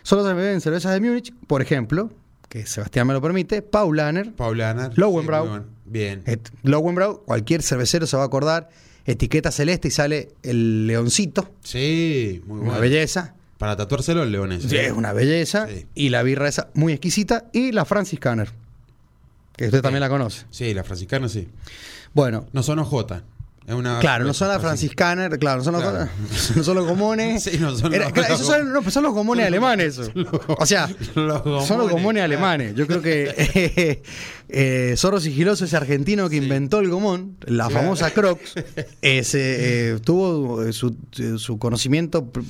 Speaker 4: solo se beben cervezas de Múnich, por ejemplo, que Sebastián me lo permite, Paulaner,
Speaker 5: Paulana.
Speaker 4: Lowenbrau.
Speaker 5: Bien.
Speaker 4: et- Lowenbrau, cualquier cervecero se va a acordar, etiqueta celeste y sale el leoncito,
Speaker 5: Sí, muy
Speaker 4: una
Speaker 5: bueno.
Speaker 4: belleza.
Speaker 5: Para tatuárselo ¿eh? los leones.
Speaker 4: Sí, es una belleza.
Speaker 5: Sí.
Speaker 4: Y la birra esa, muy exquisita. Y la Franciscaner, que usted también la conoce.
Speaker 5: Sí, la franciscana sí.
Speaker 4: Bueno,
Speaker 5: No son OJ. Es una
Speaker 4: claro, no son la
Speaker 5: franciscana.
Speaker 4: Franciscaner, claro, no son los,
Speaker 5: Claro.
Speaker 4: no son los gomones.
Speaker 5: Sí, no son
Speaker 4: Era-
Speaker 5: los-
Speaker 4: claro, esos son, no, pues son los gomones
Speaker 5: Son los-
Speaker 4: alemanes, eso.
Speaker 5: son los-
Speaker 4: o sea,
Speaker 5: los
Speaker 4: son los
Speaker 5: gomones,
Speaker 4: gomones
Speaker 5: claro.
Speaker 4: alemanes. Yo creo que eh, eh, Zorro Sigiloso, ese argentino que inventó el gomón, la famosa Crocs, ese, eh, tuvo eh, su, su conocimiento pr-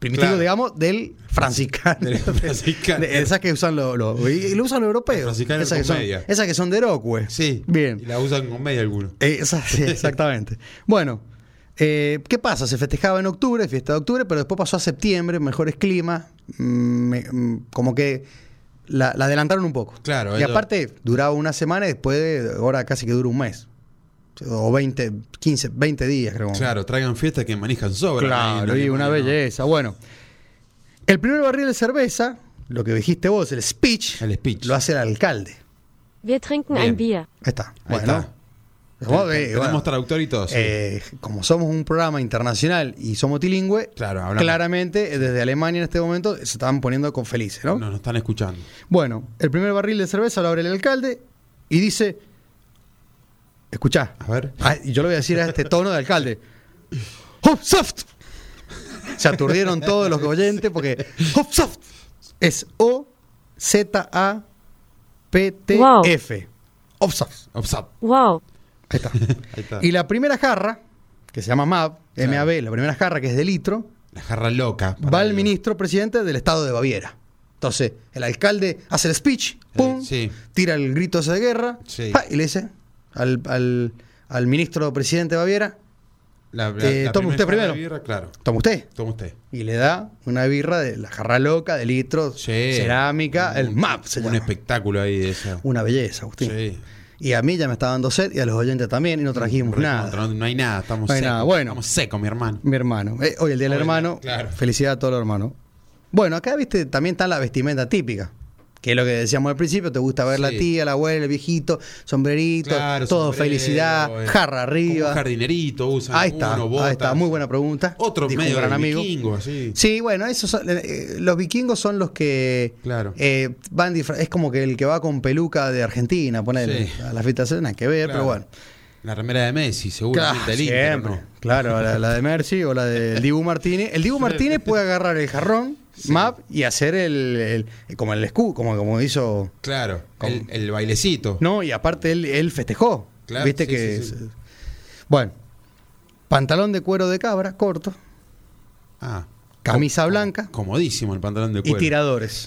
Speaker 4: primitivo,
Speaker 5: Claro.
Speaker 4: digamos, del franciscano.
Speaker 5: Del franciscano.
Speaker 4: De- esas que usan los. los- y, y lo usan los
Speaker 5: El
Speaker 4: europeos.
Speaker 5: franciscano
Speaker 4: Esas que,
Speaker 5: con
Speaker 4: son,
Speaker 5: media.
Speaker 4: esas que son de Erocue.
Speaker 5: Sí.
Speaker 4: Bien.
Speaker 5: Y la usan con media algunos.
Speaker 4: Eh, esa- sí, exactamente. bueno, eh, ¿qué pasa? Se festejaba en octubre, fiesta de octubre, pero después pasó a septiembre, mejores climas, mm, me- mm, como que la, la adelantaron un poco.
Speaker 5: Claro,
Speaker 4: Y
Speaker 5: ellos-
Speaker 4: aparte duraba una semana y después de- ahora casi que dura un mes. O 20, 15, 20 días, creo.
Speaker 5: Claro, traigan fiestas que manejan sobra. Ahí en
Speaker 4: Claro, y
Speaker 5: Alemania,
Speaker 4: una
Speaker 5: ¿no?
Speaker 4: belleza. Bueno, el primer barril de cerveza, lo que dijiste vos, el speech,
Speaker 5: El speech.
Speaker 4: lo hace el alcalde.
Speaker 10: Wir trinken
Speaker 5: Bien.
Speaker 10: ein Bier.
Speaker 4: Ahí está.
Speaker 5: Ahí
Speaker 4: bueno,
Speaker 5: está.
Speaker 4: Vos
Speaker 5: Ten-
Speaker 4: ves,
Speaker 5: Tenemos
Speaker 4: bueno.
Speaker 5: traductor y todo. Oh, sí.
Speaker 4: Eh, como somos un programa internacional y somos tilingüe,
Speaker 5: Claro, hablamos.
Speaker 4: claramente eh, desde Alemania en este momento se estaban poniendo con felices, ¿no?
Speaker 5: Nos, nos están escuchando.
Speaker 4: Bueno, el primer barril de cerveza lo abre el alcalde y dice, escuchá,
Speaker 5: A ver.
Speaker 4: Ah, y yo lo voy a decir a este tono de alcalde, Hopsaft. Se aturdieron todos los oyentes porque Hopsaft es O Z A P T F. Hopsaft.
Speaker 5: Opsap.
Speaker 10: Wow.
Speaker 4: Ahí está.
Speaker 5: Ahí está.
Speaker 4: Y la primera jarra, que se llama MAB, MAB, la primera jarra que es de litro,
Speaker 5: La jarra loca. para
Speaker 4: va el
Speaker 5: los-
Speaker 4: ministro presidente del estado de Baviera. Entonces, el alcalde hace el speech, pum,
Speaker 5: sí.
Speaker 4: tira el grito ese de guerra,
Speaker 5: Sí.
Speaker 4: pa, y le dice al, al- al ministro presidente de Baviera,
Speaker 5: La,
Speaker 4: Eh, tome
Speaker 5: primera
Speaker 4: usted
Speaker 5: jarra
Speaker 4: primero.
Speaker 5: de birra, claro.
Speaker 4: toma usted.
Speaker 5: Toma usted.
Speaker 4: Y le da una birra de la jarra loca, de litro,
Speaker 5: Sí.
Speaker 4: cerámica, el
Speaker 5: Un-
Speaker 4: MAP se
Speaker 5: Un
Speaker 4: llama.
Speaker 5: espectáculo ahí de esa.
Speaker 4: Una belleza, Agustín.
Speaker 5: Sí.
Speaker 4: Y a mí ya me estaba dando sed y a los oyentes también, y no trajimos nada.
Speaker 5: Recontra, No, no hay nada, estamos
Speaker 4: No hay
Speaker 5: secos.
Speaker 4: nada, bueno.
Speaker 5: Estamos secos, mi hermano.
Speaker 4: Mi hermano. Eh, hoy el día del
Speaker 5: Hoy,
Speaker 4: hermano.
Speaker 5: claro.
Speaker 4: Felicidad a todos los hermanos. Bueno, acá viste, también está la vestimenta típica. Que es lo que decíamos al principio, te gusta ver la
Speaker 5: Sí.
Speaker 4: tía, la abuela, el viejito, sombrerito, todo
Speaker 5: sombrero,
Speaker 4: felicidad,
Speaker 5: eh,
Speaker 4: jarra
Speaker 5: como
Speaker 4: arriba.
Speaker 5: Un jardinerito usan.
Speaker 4: Ahí está,
Speaker 5: uno,
Speaker 4: ahí
Speaker 5: botas.
Speaker 4: está, muy buena pregunta.
Speaker 5: Otro
Speaker 4: Dijo un
Speaker 5: medio
Speaker 4: gran
Speaker 5: de
Speaker 4: amigo.
Speaker 5: vikingo, así.
Speaker 4: Sí, bueno, esos son- eh, los vikingos son los que
Speaker 5: Claro.
Speaker 4: eh, van disfra- es como que el que va con peluca de Argentina, ponele
Speaker 5: Sí.
Speaker 4: a la fiesta cena, que ver,
Speaker 5: Claro.
Speaker 4: pero bueno.
Speaker 5: La remera de Messi, seguramente el Inter,
Speaker 4: siempre.
Speaker 5: ¿no?
Speaker 4: Claro, la, la de Mercy o la del Dibu Martínez. El Dibu Martínez puede agarrar el jarrón, map, y hacer el, el- como el escu, como, como hizo.
Speaker 5: Claro,
Speaker 4: Como-
Speaker 5: el, el bailecito.
Speaker 4: No, y aparte él, él festejó.
Speaker 5: Claro,
Speaker 4: Viste
Speaker 5: sí,
Speaker 4: que.
Speaker 5: sí, sí.
Speaker 4: Bueno. Pantalón de cuero de cabra, corto.
Speaker 5: Ah,
Speaker 4: camisa blanca
Speaker 5: Comodísimo el pantalón de
Speaker 4: y
Speaker 5: cuero.
Speaker 4: tiradores.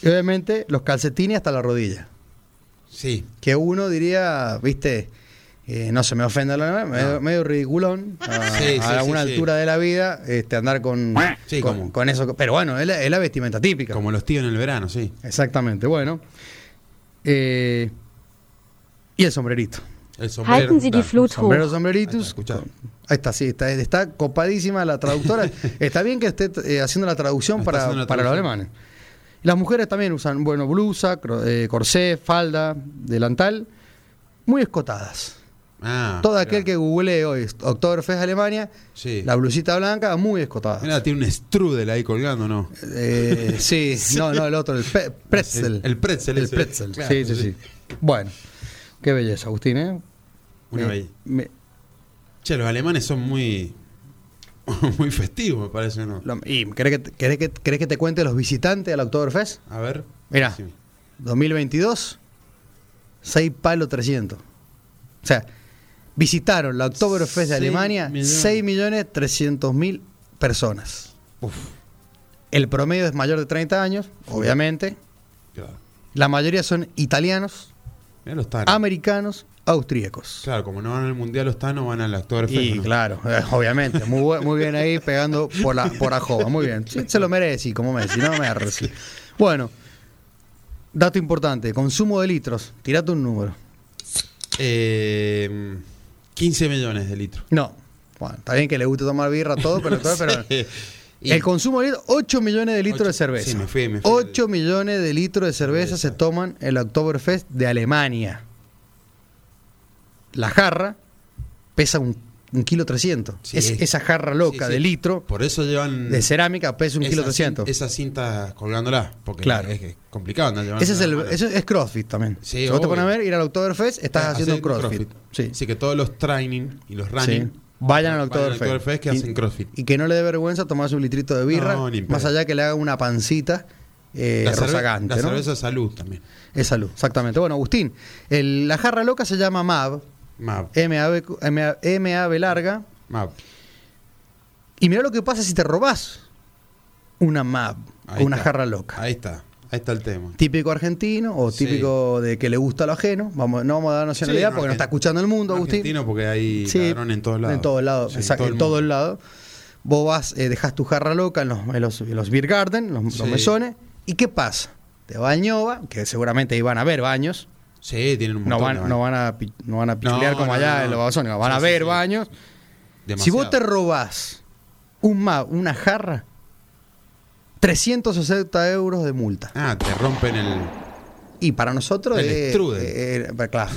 Speaker 4: Y obviamente los calcetines hasta la rodilla.
Speaker 5: Sí.
Speaker 4: Que uno diría, viste, eh, no se me ofenda, la, medio, medio ridiculón a,
Speaker 5: Sí, sí,
Speaker 4: a alguna
Speaker 5: sí, sí.
Speaker 4: altura de la vida este, andar con,
Speaker 5: Sí,
Speaker 4: con,
Speaker 5: como-
Speaker 4: con eso. Pero bueno, es la, es la vestimenta típica.
Speaker 5: Como los tíos en el verano, sí.
Speaker 4: Exactamente, bueno. Eh, y el sombrerito.
Speaker 5: El sombrero.
Speaker 10: Halten Sie die
Speaker 5: claro.
Speaker 10: Flut hoch.
Speaker 4: Sombrero sombreritus.
Speaker 5: Ahí está, escuchá.
Speaker 4: Ahí está, sí, está, está copadísima la traductora. está bien que esté eh, haciendo la traducción
Speaker 5: Está
Speaker 4: para,
Speaker 5: haciendo la
Speaker 4: para los
Speaker 5: traducción.
Speaker 4: alemanes. Las mujeres también usan, bueno, blusa, cro- eh, corsé, falda, delantal, muy escotadas.
Speaker 5: Ah,
Speaker 4: Todo
Speaker 5: mirá.
Speaker 4: aquel que googlee hoy Oktoberfest Alemania,
Speaker 5: Sí.
Speaker 4: la blusita blanca muy escotada.
Speaker 5: Mirá, tiene un strudel ahí colgando, ¿no?
Speaker 4: Eh, sí, no, no, el otro, el pe- pretzel.
Speaker 5: El- el pretzel
Speaker 4: El
Speaker 5: ese.
Speaker 4: pretzel,
Speaker 5: Claro,
Speaker 4: sí, sí,
Speaker 5: sí.
Speaker 4: sí. Bueno, qué belleza, Agustín, ¿eh?
Speaker 5: Una
Speaker 4: Me-
Speaker 5: belleza.
Speaker 4: me-
Speaker 5: Che, los alemanes son muy. muy festivos, me parece, ¿no?
Speaker 4: lo- ¿Y querés que, te- querés que- querés que te cuente los visitantes al Oktoberfest?
Speaker 5: A ver.
Speaker 4: Mirá,
Speaker 5: Sí.
Speaker 4: 2022, 6 palos 300. O sea, visitaron la Oktoberfest de
Speaker 5: Seis
Speaker 4: Alemania
Speaker 5: millones.
Speaker 4: 6 millones 300 mil personas. El promedio es mayor de 30 años, obviamente.
Speaker 5: Claro.
Speaker 4: La mayoría son italianos,
Speaker 5: Mirá los tanos.
Speaker 4: americanos, austríacos.
Speaker 5: Ah, Claro, como no van al mundial los tanos, van al actor.
Speaker 4: Y claro, eh, obviamente, muy, bu- muy bien ahí pegando por la por Ajova, muy bien. Sí, se lo merece, como Messi, no me arrece. Bueno, dato importante, consumo de litros, tirate un número.
Speaker 5: Eh, 15 millones de litros.
Speaker 4: No, bueno, está bien que le guste tomar birra todo, pero, todo, pero
Speaker 5: Sí. Y-
Speaker 4: el consumo de litros, 8 millones de litros
Speaker 5: Ocho-
Speaker 4: de cerveza.
Speaker 5: sí, me fui, me fui.
Speaker 4: 8 millones de litros de cerveza se toman en el Oktoberfest de Alemania. La jarra pesa un, un kilo 300.
Speaker 5: Sí.
Speaker 4: Es- esa jarra loca
Speaker 5: Sí, sí.
Speaker 4: de litro
Speaker 5: Por eso llevan.
Speaker 4: de cerámica pesa un
Speaker 5: esas
Speaker 4: kilo
Speaker 5: cin-
Speaker 4: 300.
Speaker 5: Esas cintas colgándolas. Porque
Speaker 4: Claro.
Speaker 5: es, que es complicado andar llevando
Speaker 4: Ese es
Speaker 5: una
Speaker 4: el
Speaker 5: mano.
Speaker 4: eso es CrossFit también.
Speaker 5: Sí,
Speaker 4: si vos te
Speaker 5: obvio.
Speaker 4: pones a ver, ir al Oktoberfest, estás
Speaker 5: Ah,
Speaker 4: haciendo
Speaker 5: hacen
Speaker 4: CrossFit. Sí.
Speaker 5: Así que todos los training y los
Speaker 4: Sí.
Speaker 5: running.
Speaker 4: Vayan al
Speaker 5: Vayan al
Speaker 4: Oktoberfest.
Speaker 5: Oktoberfest que
Speaker 4: Y-
Speaker 5: hacen CrossFit.
Speaker 4: Y que no le dé vergüenza tomarse un litrito de birra,
Speaker 5: No, ni en
Speaker 4: más
Speaker 5: pedo.
Speaker 4: allá que le haga una pancita eh,
Speaker 5: la cerve-
Speaker 4: rozagante,
Speaker 5: la
Speaker 4: ¿no?
Speaker 5: cerveza es salud también.
Speaker 4: Es salud, exactamente. Bueno, Agustín, el- la jarra loca se llama MAV,
Speaker 5: Map.
Speaker 4: MAV, MAV, larga,
Speaker 5: Map.
Speaker 4: y mira lo que pasa si te robás una MAV,
Speaker 5: Ahí
Speaker 4: una
Speaker 5: está.
Speaker 4: jarra loca.
Speaker 5: Ahí está. Ahí está el tema.
Speaker 4: típico argentino o
Speaker 5: Sí.
Speaker 4: típico de que le gusta lo ajeno. Vamos, no vamos a dar nacionalidad
Speaker 5: Sí, no,
Speaker 4: porque no está
Speaker 5: argen-
Speaker 4: escuchando el mundo,
Speaker 5: no
Speaker 4: Agustín.
Speaker 5: Argentino porque hay
Speaker 4: Sí,
Speaker 5: ladrón en todos lados.
Speaker 4: En todos lados,
Speaker 5: Sí,
Speaker 4: exacto,
Speaker 5: todo el
Speaker 4: en todos
Speaker 5: mundo.
Speaker 4: lados. Vos vas, eh, dejás tu jarra loca en los, en los, en los beer garden, los, los
Speaker 5: Sí.
Speaker 4: mesones, ¿y qué pasa? Te va a Ñova, que seguramente ahí van a ver baños,
Speaker 5: Sí, tienen un
Speaker 4: no
Speaker 5: montón. de
Speaker 4: van,
Speaker 5: baños.
Speaker 4: no van a pi- no van a pichulear
Speaker 5: No,
Speaker 4: como
Speaker 5: no,
Speaker 4: allá
Speaker 5: no,
Speaker 4: en los
Speaker 5: no.
Speaker 4: basónicos, van
Speaker 5: Sí,
Speaker 4: a
Speaker 5: sí,
Speaker 4: ver
Speaker 5: sí.
Speaker 4: baños. Si
Speaker 5: Demasiado.
Speaker 4: vos te robás un ma- una jarra, 360 euros de multa.
Speaker 5: Ah, te rompen el.
Speaker 4: Y para nosotros
Speaker 5: El
Speaker 4: es-
Speaker 5: strudel.
Speaker 4: eh, eh, claro,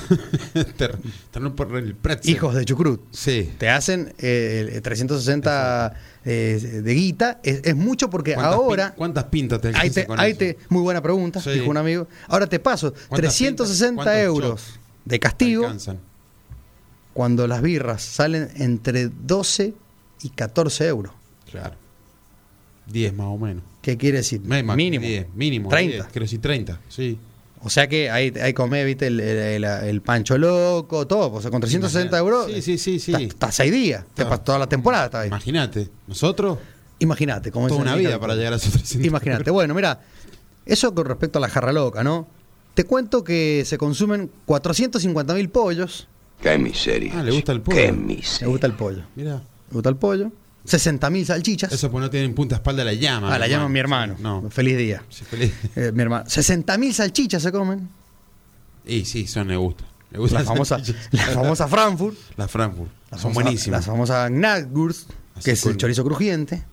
Speaker 5: te, te rompen el pretzel.
Speaker 4: hijos de chucrut.
Speaker 5: Sí.
Speaker 4: Te hacen eh, el 360 eh, de guita. Es, es mucho porque
Speaker 5: ¿Cuántas
Speaker 4: ahora.
Speaker 5: pin- ¿Cuántas pintas te
Speaker 4: Ahí
Speaker 5: alcanza
Speaker 4: te,
Speaker 5: con
Speaker 4: ahí
Speaker 5: eso?
Speaker 4: te- muy buena pregunta,
Speaker 5: Sí.
Speaker 4: dijo un amigo. Ahora te paso,
Speaker 5: pintas?
Speaker 4: 360
Speaker 5: ¿Cuántos
Speaker 4: euros
Speaker 5: shots?
Speaker 4: de
Speaker 5: Te
Speaker 4: castigo
Speaker 5: alcanzan.
Speaker 4: cuando las birras salen entre 12 y 14 euros.
Speaker 5: Claro. 10 más o menos.
Speaker 4: ¿Qué quiere decir?
Speaker 5: Me- más que
Speaker 4: mínimo.
Speaker 5: 10, mínimo.
Speaker 4: 30.
Speaker 5: 10, creo que sí, 30. Sí.
Speaker 4: O sea que ahí, ahí comés, viste, el, el- el- el pancho loco, todo. O sea, con 360 euros.
Speaker 5: Sí, sí, sí, sí.
Speaker 4: Estás estás seis días. Te
Speaker 5: Claro.
Speaker 4: pasas toda la temporada. estás ahí.
Speaker 5: Imagínate. Nosotros,
Speaker 4: Imagínate. cómo es
Speaker 5: toda
Speaker 4: el
Speaker 5: una
Speaker 4: hija
Speaker 5: vida
Speaker 4: de
Speaker 5: para
Speaker 4: puta.
Speaker 5: llegar a esos 300.
Speaker 4: Imagínate. Bueno, mira, eso con respecto a la jarra loca, ¿no? Te cuento que se consumen 450 mil pollos.
Speaker 9: Qué miseria.
Speaker 5: Ah, le gusta el pollo.
Speaker 9: Qué
Speaker 4: Me
Speaker 9: miseria.
Speaker 4: gusta el pollo.
Speaker 5: Mira,
Speaker 4: Me gusta el pollo. 60 mil salchichas.
Speaker 5: eso pues no tienen punta espalda la llama.
Speaker 4: ah, la llama mi hermano.
Speaker 5: No.
Speaker 4: Feliz día.
Speaker 5: Sí, feliz.
Speaker 4: Eh, mi hermano. 60 mil salchichas se comen.
Speaker 5: Y sí, son le gusta. Le gusta
Speaker 4: La famosa, la famosa Frankfurt.
Speaker 5: La Frankfurt.
Speaker 4: La
Speaker 5: son
Speaker 4: famosa-
Speaker 5: buenísimas.
Speaker 4: La famosa Knackwurst,
Speaker 5: Así
Speaker 4: que es
Speaker 5: con-
Speaker 4: el chorizo crujiente.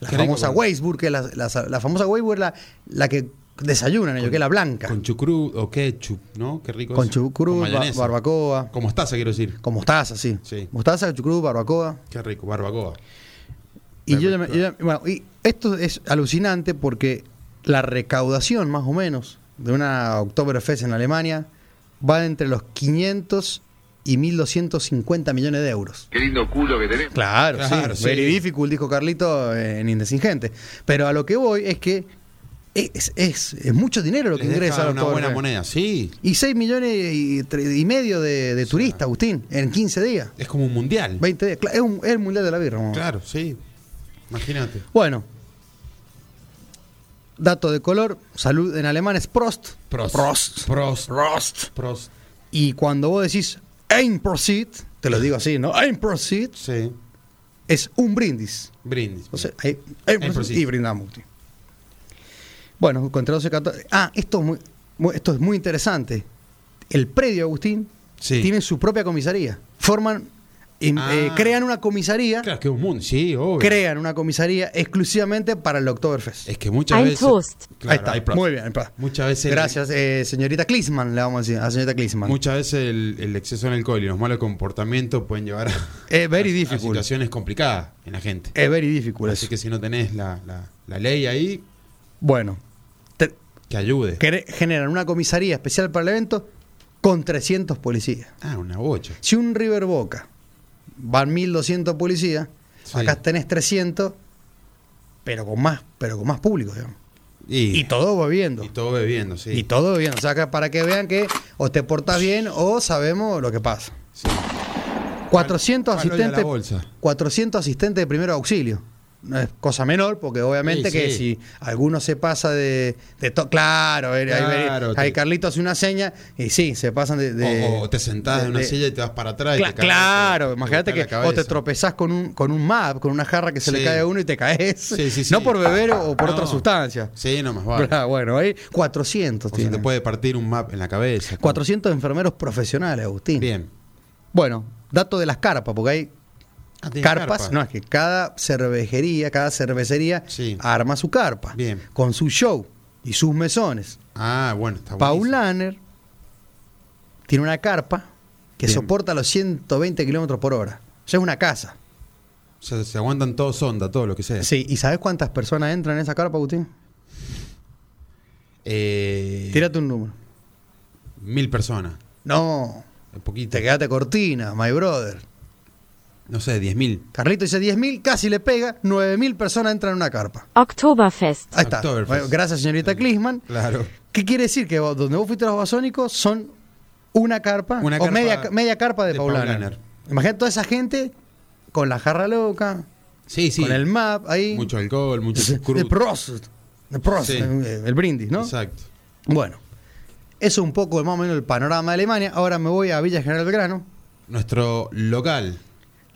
Speaker 4: La
Speaker 5: Qué rico
Speaker 4: famosa
Speaker 5: con-
Speaker 4: Weisburg, que es la, la- la famosa Weisburg, la, la que desayunan ellos, que es la blanca.
Speaker 5: Con chucrut o ketchup, ¿no? Qué rico.
Speaker 4: Con
Speaker 5: eso.
Speaker 4: chucrut, ba-
Speaker 5: mayonesa.
Speaker 4: barbacoa.
Speaker 5: Con mostaza, quiero decir.
Speaker 4: Con mostaza, sí.
Speaker 5: Sí.
Speaker 4: Mostaza, chucrut, barbacoa.
Speaker 5: Qué rico, barbacoa.
Speaker 4: Y yo, ya me-
Speaker 5: Perfecto.
Speaker 4: yo ya- bueno, y esto es alucinante porque la recaudación, más o menos, de una Oktoberfest en Alemania va entre los 500 y 1250 millones de euros. Qué lindo culo que tenés. Claro,
Speaker 5: Claro,
Speaker 4: sí.
Speaker 5: sí.
Speaker 4: Very difficult, dijo Carlito eh, en Indesingente. Pero a lo que voy es que es, es- es mucho dinero lo que
Speaker 5: Les deja
Speaker 4: ingresa a
Speaker 5: una buena moneda, sí.
Speaker 4: Y 6 millones y, tre- y medio de, de turistas, Agustín, en 15 días,
Speaker 5: Es como un mundial.
Speaker 4: 20 días. Cla- Es, un- es el mundial de la birra. vamos a ver.
Speaker 5: Claro, sí. Imagínate.
Speaker 4: Bueno, dato de color, salud en alemán es Prost.
Speaker 5: Prost.
Speaker 4: Prost.
Speaker 5: Prost.
Speaker 4: Prost.
Speaker 5: Prost.
Speaker 4: Y cuando vos decís Ein Prost, te lo digo así, ¿no? Ein Prost
Speaker 5: Sí.
Speaker 4: es un brindis.
Speaker 5: Brindis.
Speaker 4: O sea, hay, hay-
Speaker 5: Hay proceso.
Speaker 4: y brindamos. tío. Bueno, contra 12, 14. Ah, esto es muy, muy- esto es muy interesante. El predio, Agustín,
Speaker 5: Sí.
Speaker 4: tiene su propia comisaría. Forman, em,
Speaker 5: Ah.
Speaker 4: eh, crean una comisaría,
Speaker 5: Claro, que un mundo. Sí, obvio.
Speaker 4: crean una comisaría exclusivamente para el Oktoberfest.
Speaker 5: Es que muchas
Speaker 10: Ein
Speaker 5: veces.
Speaker 10: Prost.
Speaker 5: Claro,
Speaker 4: Ahí está,
Speaker 5: hay Prost.
Speaker 4: muy bien. ahí está.
Speaker 5: Muchas veces. el-
Speaker 4: Gracias, eh, señorita Klisman, le vamos a decir, a señorita Klisman.
Speaker 5: Muchas veces el, el exceso en alcohol y los malos comportamientos pueden llevar a,
Speaker 4: Es Eh, very
Speaker 5: a- a
Speaker 4: difficult.
Speaker 5: situaciones complicadas en la gente.
Speaker 4: Es very difficult.
Speaker 5: Así
Speaker 4: eso.
Speaker 5: que si no tenés la, la- la ley ahí,
Speaker 4: Bueno, te-
Speaker 5: que ayude.
Speaker 4: cre- generan una comisaría especial para el evento con 300 policías.
Speaker 5: Ah, una bocha.
Speaker 4: Si un River Boca van 1200 policías,
Speaker 5: Sí.
Speaker 4: acá tenés 300, pero con más, pero con más público, digamos.
Speaker 5: Y,
Speaker 4: Y todo va viendo.
Speaker 5: y todo bebiendo, sí.
Speaker 4: Y todo bien, o sea, acá para que vean que o te portás bien o sabemos lo que pasa.
Speaker 5: Sí.
Speaker 4: 400
Speaker 5: Palo y a la
Speaker 4: asistentes,
Speaker 5: bolsa.
Speaker 4: 400 asistentes de primer auxilio. No es cosa menor, porque obviamente
Speaker 5: Sí,
Speaker 4: que
Speaker 5: sí.
Speaker 4: si alguno se pasa de, de to- claro, eh, ahí,
Speaker 5: Claro,
Speaker 4: ahí
Speaker 5: te-
Speaker 4: Carlito hace una seña y sí, se pasan de, de-
Speaker 5: o, o te sentás
Speaker 4: de-
Speaker 5: en una
Speaker 4: de-
Speaker 5: silla y te vas para atrás. y
Speaker 4: Cla-
Speaker 5: te caes,
Speaker 4: claro,
Speaker 5: te- te
Speaker 4: imagínate
Speaker 5: botas la
Speaker 4: que o te
Speaker 5: cabeza.
Speaker 4: tropezás con un, con un map, con una jarra que se le
Speaker 5: Sí.
Speaker 4: cae a uno y te caes.
Speaker 5: Sí, sí, sí.
Speaker 4: No por beber o por
Speaker 5: No.
Speaker 4: otra sustancia.
Speaker 5: Sí, no más vale.
Speaker 4: Ah, Bueno, hay 400.
Speaker 5: O se te
Speaker 4: tienen.
Speaker 5: puede partir un map en la cabeza.
Speaker 4: 400 enfermeros profesionales, Agustín.
Speaker 5: Bien.
Speaker 4: Bueno, dato de las carpas, porque hay
Speaker 5: Ah, tiene
Speaker 4: carpas,
Speaker 5: carpa.
Speaker 4: no, es que cada cervejería, cada cervecería
Speaker 5: Sí.
Speaker 4: arma su carpa.
Speaker 5: Bien.
Speaker 4: Con su show y sus mesones.
Speaker 5: Ah, bueno, está
Speaker 4: Paul
Speaker 5: buenísimo.
Speaker 4: Lanner tiene una carpa que
Speaker 5: Bien.
Speaker 4: soporta los 120 kilómetros por hora. O sea, es una casa.
Speaker 5: O sea, se aguantan todos sonda, todo lo que sea.
Speaker 4: Sí, ¿y sabes cuántas personas entran en esa carpa, Agustín?
Speaker 5: Eh,
Speaker 4: Tírate un número.
Speaker 5: Mil personas.
Speaker 4: No,
Speaker 5: Un poquito.
Speaker 4: te quedaste cortina, my brother.
Speaker 5: No sé, diez mil.
Speaker 4: Carlito dice 10.000, casi le pega, 9.000 personas entran en una carpa.
Speaker 10: Oktoberfest.
Speaker 4: Ahí está.
Speaker 5: Oktoberfest.
Speaker 4: Bueno, gracias, señorita Klisman.
Speaker 5: Claro.
Speaker 4: ¿Qué quiere decir? Que vos- donde vos fuiste a los basónicos son una carpa
Speaker 5: Una
Speaker 4: o
Speaker 5: carpa
Speaker 4: media, ca- media carpa de,
Speaker 5: de
Speaker 4: Paulaner.
Speaker 5: Paulaner.
Speaker 4: Imagínate toda esa gente con la jarra loca,
Speaker 5: Sí, sí.
Speaker 4: con el map ahí.
Speaker 5: Mucho alcohol, mucho
Speaker 4: de
Speaker 5: crud.
Speaker 4: Prost, de Prost,
Speaker 5: Sí.
Speaker 4: eh, el brindis, ¿no?
Speaker 5: Exacto.
Speaker 4: Bueno, eso es un poco más o menos el panorama de Alemania. Ahora me voy a Villa General Belgrano,
Speaker 5: Nuestro local,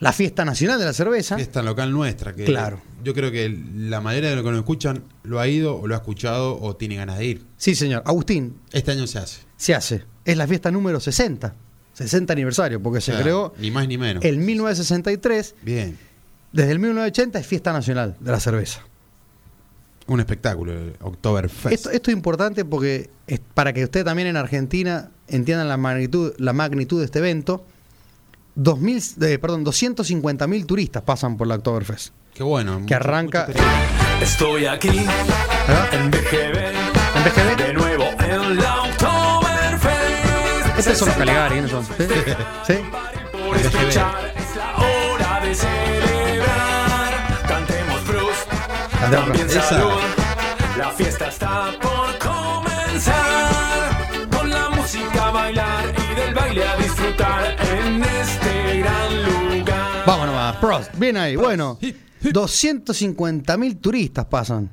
Speaker 4: la fiesta nacional de la cerveza.
Speaker 5: fiesta local nuestra. Que
Speaker 4: ¿Ah? Claro.
Speaker 5: Yo creo que la mayoría de los que nos escuchan lo ha ido o lo ha escuchado o tiene ganas de ir.
Speaker 4: Sí, señor. Agustín,
Speaker 5: Este año se hace.
Speaker 4: se hace. Es la fiesta número 60. 60 aniversario, porque se
Speaker 5: O sea,
Speaker 4: creó
Speaker 5: Ni más ni menos.
Speaker 4: en 1963.
Speaker 5: Bien.
Speaker 4: Desde el 1980 es fiesta nacional de la cerveza.
Speaker 5: Un espectáculo, el Oktoberfest.
Speaker 4: Esto, esto es importante porque es para que usted también en Argentina entiendan la magnitud, la magnitud de este evento. 2000, eh, perdón, 250 mil turistas pasan por la Oktoberfest.
Speaker 5: Qué bueno.
Speaker 4: Que
Speaker 5: mucho-
Speaker 4: arranca ¿Eh?
Speaker 5: mucho tele-
Speaker 2: Estoy aquí
Speaker 4: ¿verdad?
Speaker 2: en BGB,
Speaker 4: en BGB.
Speaker 2: de nuevo en la Oktoberfest.
Speaker 4: Estos Este son los Caligari, ¿no son? ¿Sí? ¿Sí?
Speaker 2: Por escuchar es la hora de celebrar. Cantemos Proust,
Speaker 4: Cantemos
Speaker 2: también
Speaker 5: Proust.
Speaker 2: salud. La fiesta está por comenzar. Con la música a bailar y del baile a disfrutar en este gran lugar.
Speaker 4: Vamos nomás, Prost, bien ahí. Bueno, 250 mil turistas pasan en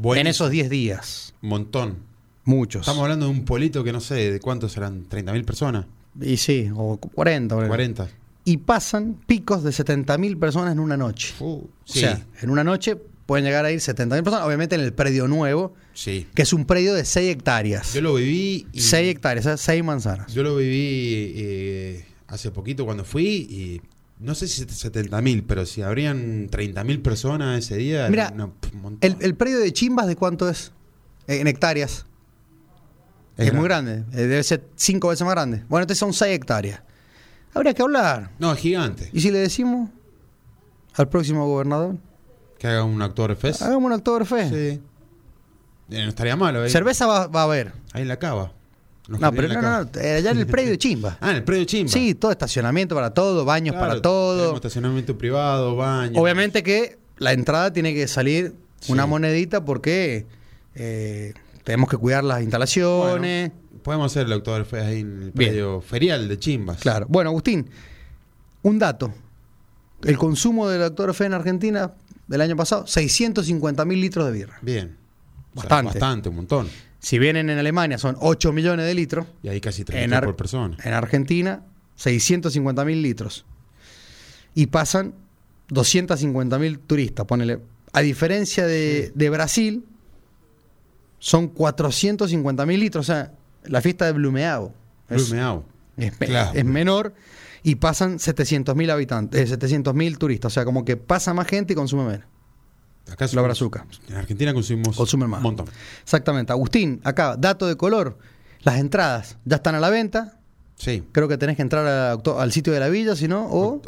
Speaker 5: Buenísimo.
Speaker 4: esos 10 días.
Speaker 5: Montón.
Speaker 4: Muchos.
Speaker 5: Estamos hablando de un polito que no sé de cuántos serán, 30.000 personas,
Speaker 4: Y sí, o 40. ponele.
Speaker 5: 40.
Speaker 4: Y pasan picos de 70 mil personas en una noche.
Speaker 5: Uh,
Speaker 4: O
Speaker 5: sí,
Speaker 4: sea, en una noche pueden llegar a ir 70.000 personas, obviamente en el predio nuevo,
Speaker 5: sí.
Speaker 4: que es un predio de 6 hectáreas.
Speaker 5: Yo lo viví. y-
Speaker 4: 6 hectáreas, o sea, 6 manzanas.
Speaker 5: Yo lo viví eh, hace poquito cuando fui y no sé si 70.000, pero si habrían 30.000 personas ese día, era
Speaker 4: Mira,
Speaker 5: una- un montón.
Speaker 4: El, el predio de Chimbas, ¿de cuánto es? Eh, En hectáreas. Es, muy grande, eh, debe ser 5 veces más grande. Bueno, entonces son 6 hectáreas. Habría que hablar.
Speaker 5: No, es gigante.
Speaker 4: ¿Y si le decimos al próximo gobernador?
Speaker 5: Que haga un actor fest.
Speaker 4: Hagamos un Oktoberfest.
Speaker 5: Sí. Eh, no estaría malo, ahí,
Speaker 4: Cerveza va, va a haber.
Speaker 5: ahí en la cava. Los
Speaker 4: No,
Speaker 5: que
Speaker 4: pero
Speaker 5: tienen
Speaker 4: no,
Speaker 5: la
Speaker 4: no,
Speaker 5: cava.
Speaker 4: no, eh, allá en el predio de Chimbas.
Speaker 5: Ah, en el predio Chimba.
Speaker 4: Sí, todo estacionamiento para todo, baños
Speaker 5: Claro,
Speaker 4: para todo.
Speaker 5: tenemos estacionamiento privado, baño.
Speaker 4: Obviamente que la entrada tiene que salir una
Speaker 5: Sí.
Speaker 4: monedita porque eh, tenemos que cuidar las instalaciones.
Speaker 5: Podemos hacer el Oktoberfest ahí en el
Speaker 4: Bien.
Speaker 5: predio ferial de Chimbas.
Speaker 4: Claro. Bueno, Agustín, un dato. El consumo del doctor Fe en Argentina del año pasado, 650 mil litros de birra.
Speaker 5: Bien. O sea,
Speaker 4: Bastante.
Speaker 5: bastante, un montón.
Speaker 4: Si vienen en Alemania son 8 millones de litros,
Speaker 5: Y ahí casi 3
Speaker 4: en,
Speaker 5: litros
Speaker 4: Ar-
Speaker 5: por persona.
Speaker 4: en Argentina 650 mil litros. Y pasan 250 mil turistas, ponele. A diferencia de, de Brasil, son 450 mil litros. O sea, la fiesta de Blumeau es,
Speaker 5: Blumeau.
Speaker 4: es me-
Speaker 5: Claro.
Speaker 4: es menor y pasan 700 mil habitantes, 700 mil turistas. O sea, como que pasa más gente y consume menos.
Speaker 5: Acá
Speaker 4: La
Speaker 5: somos-
Speaker 4: brazuca.
Speaker 5: En Argentina consumimos
Speaker 4: Consumen más.
Speaker 5: un montón.
Speaker 4: Exactamente. Agustín, acá, dato de color. Las entradas ya están a la venta.
Speaker 5: Sí.
Speaker 4: Creo que tenés que entrar a octo- al sitio de la villa, si no, o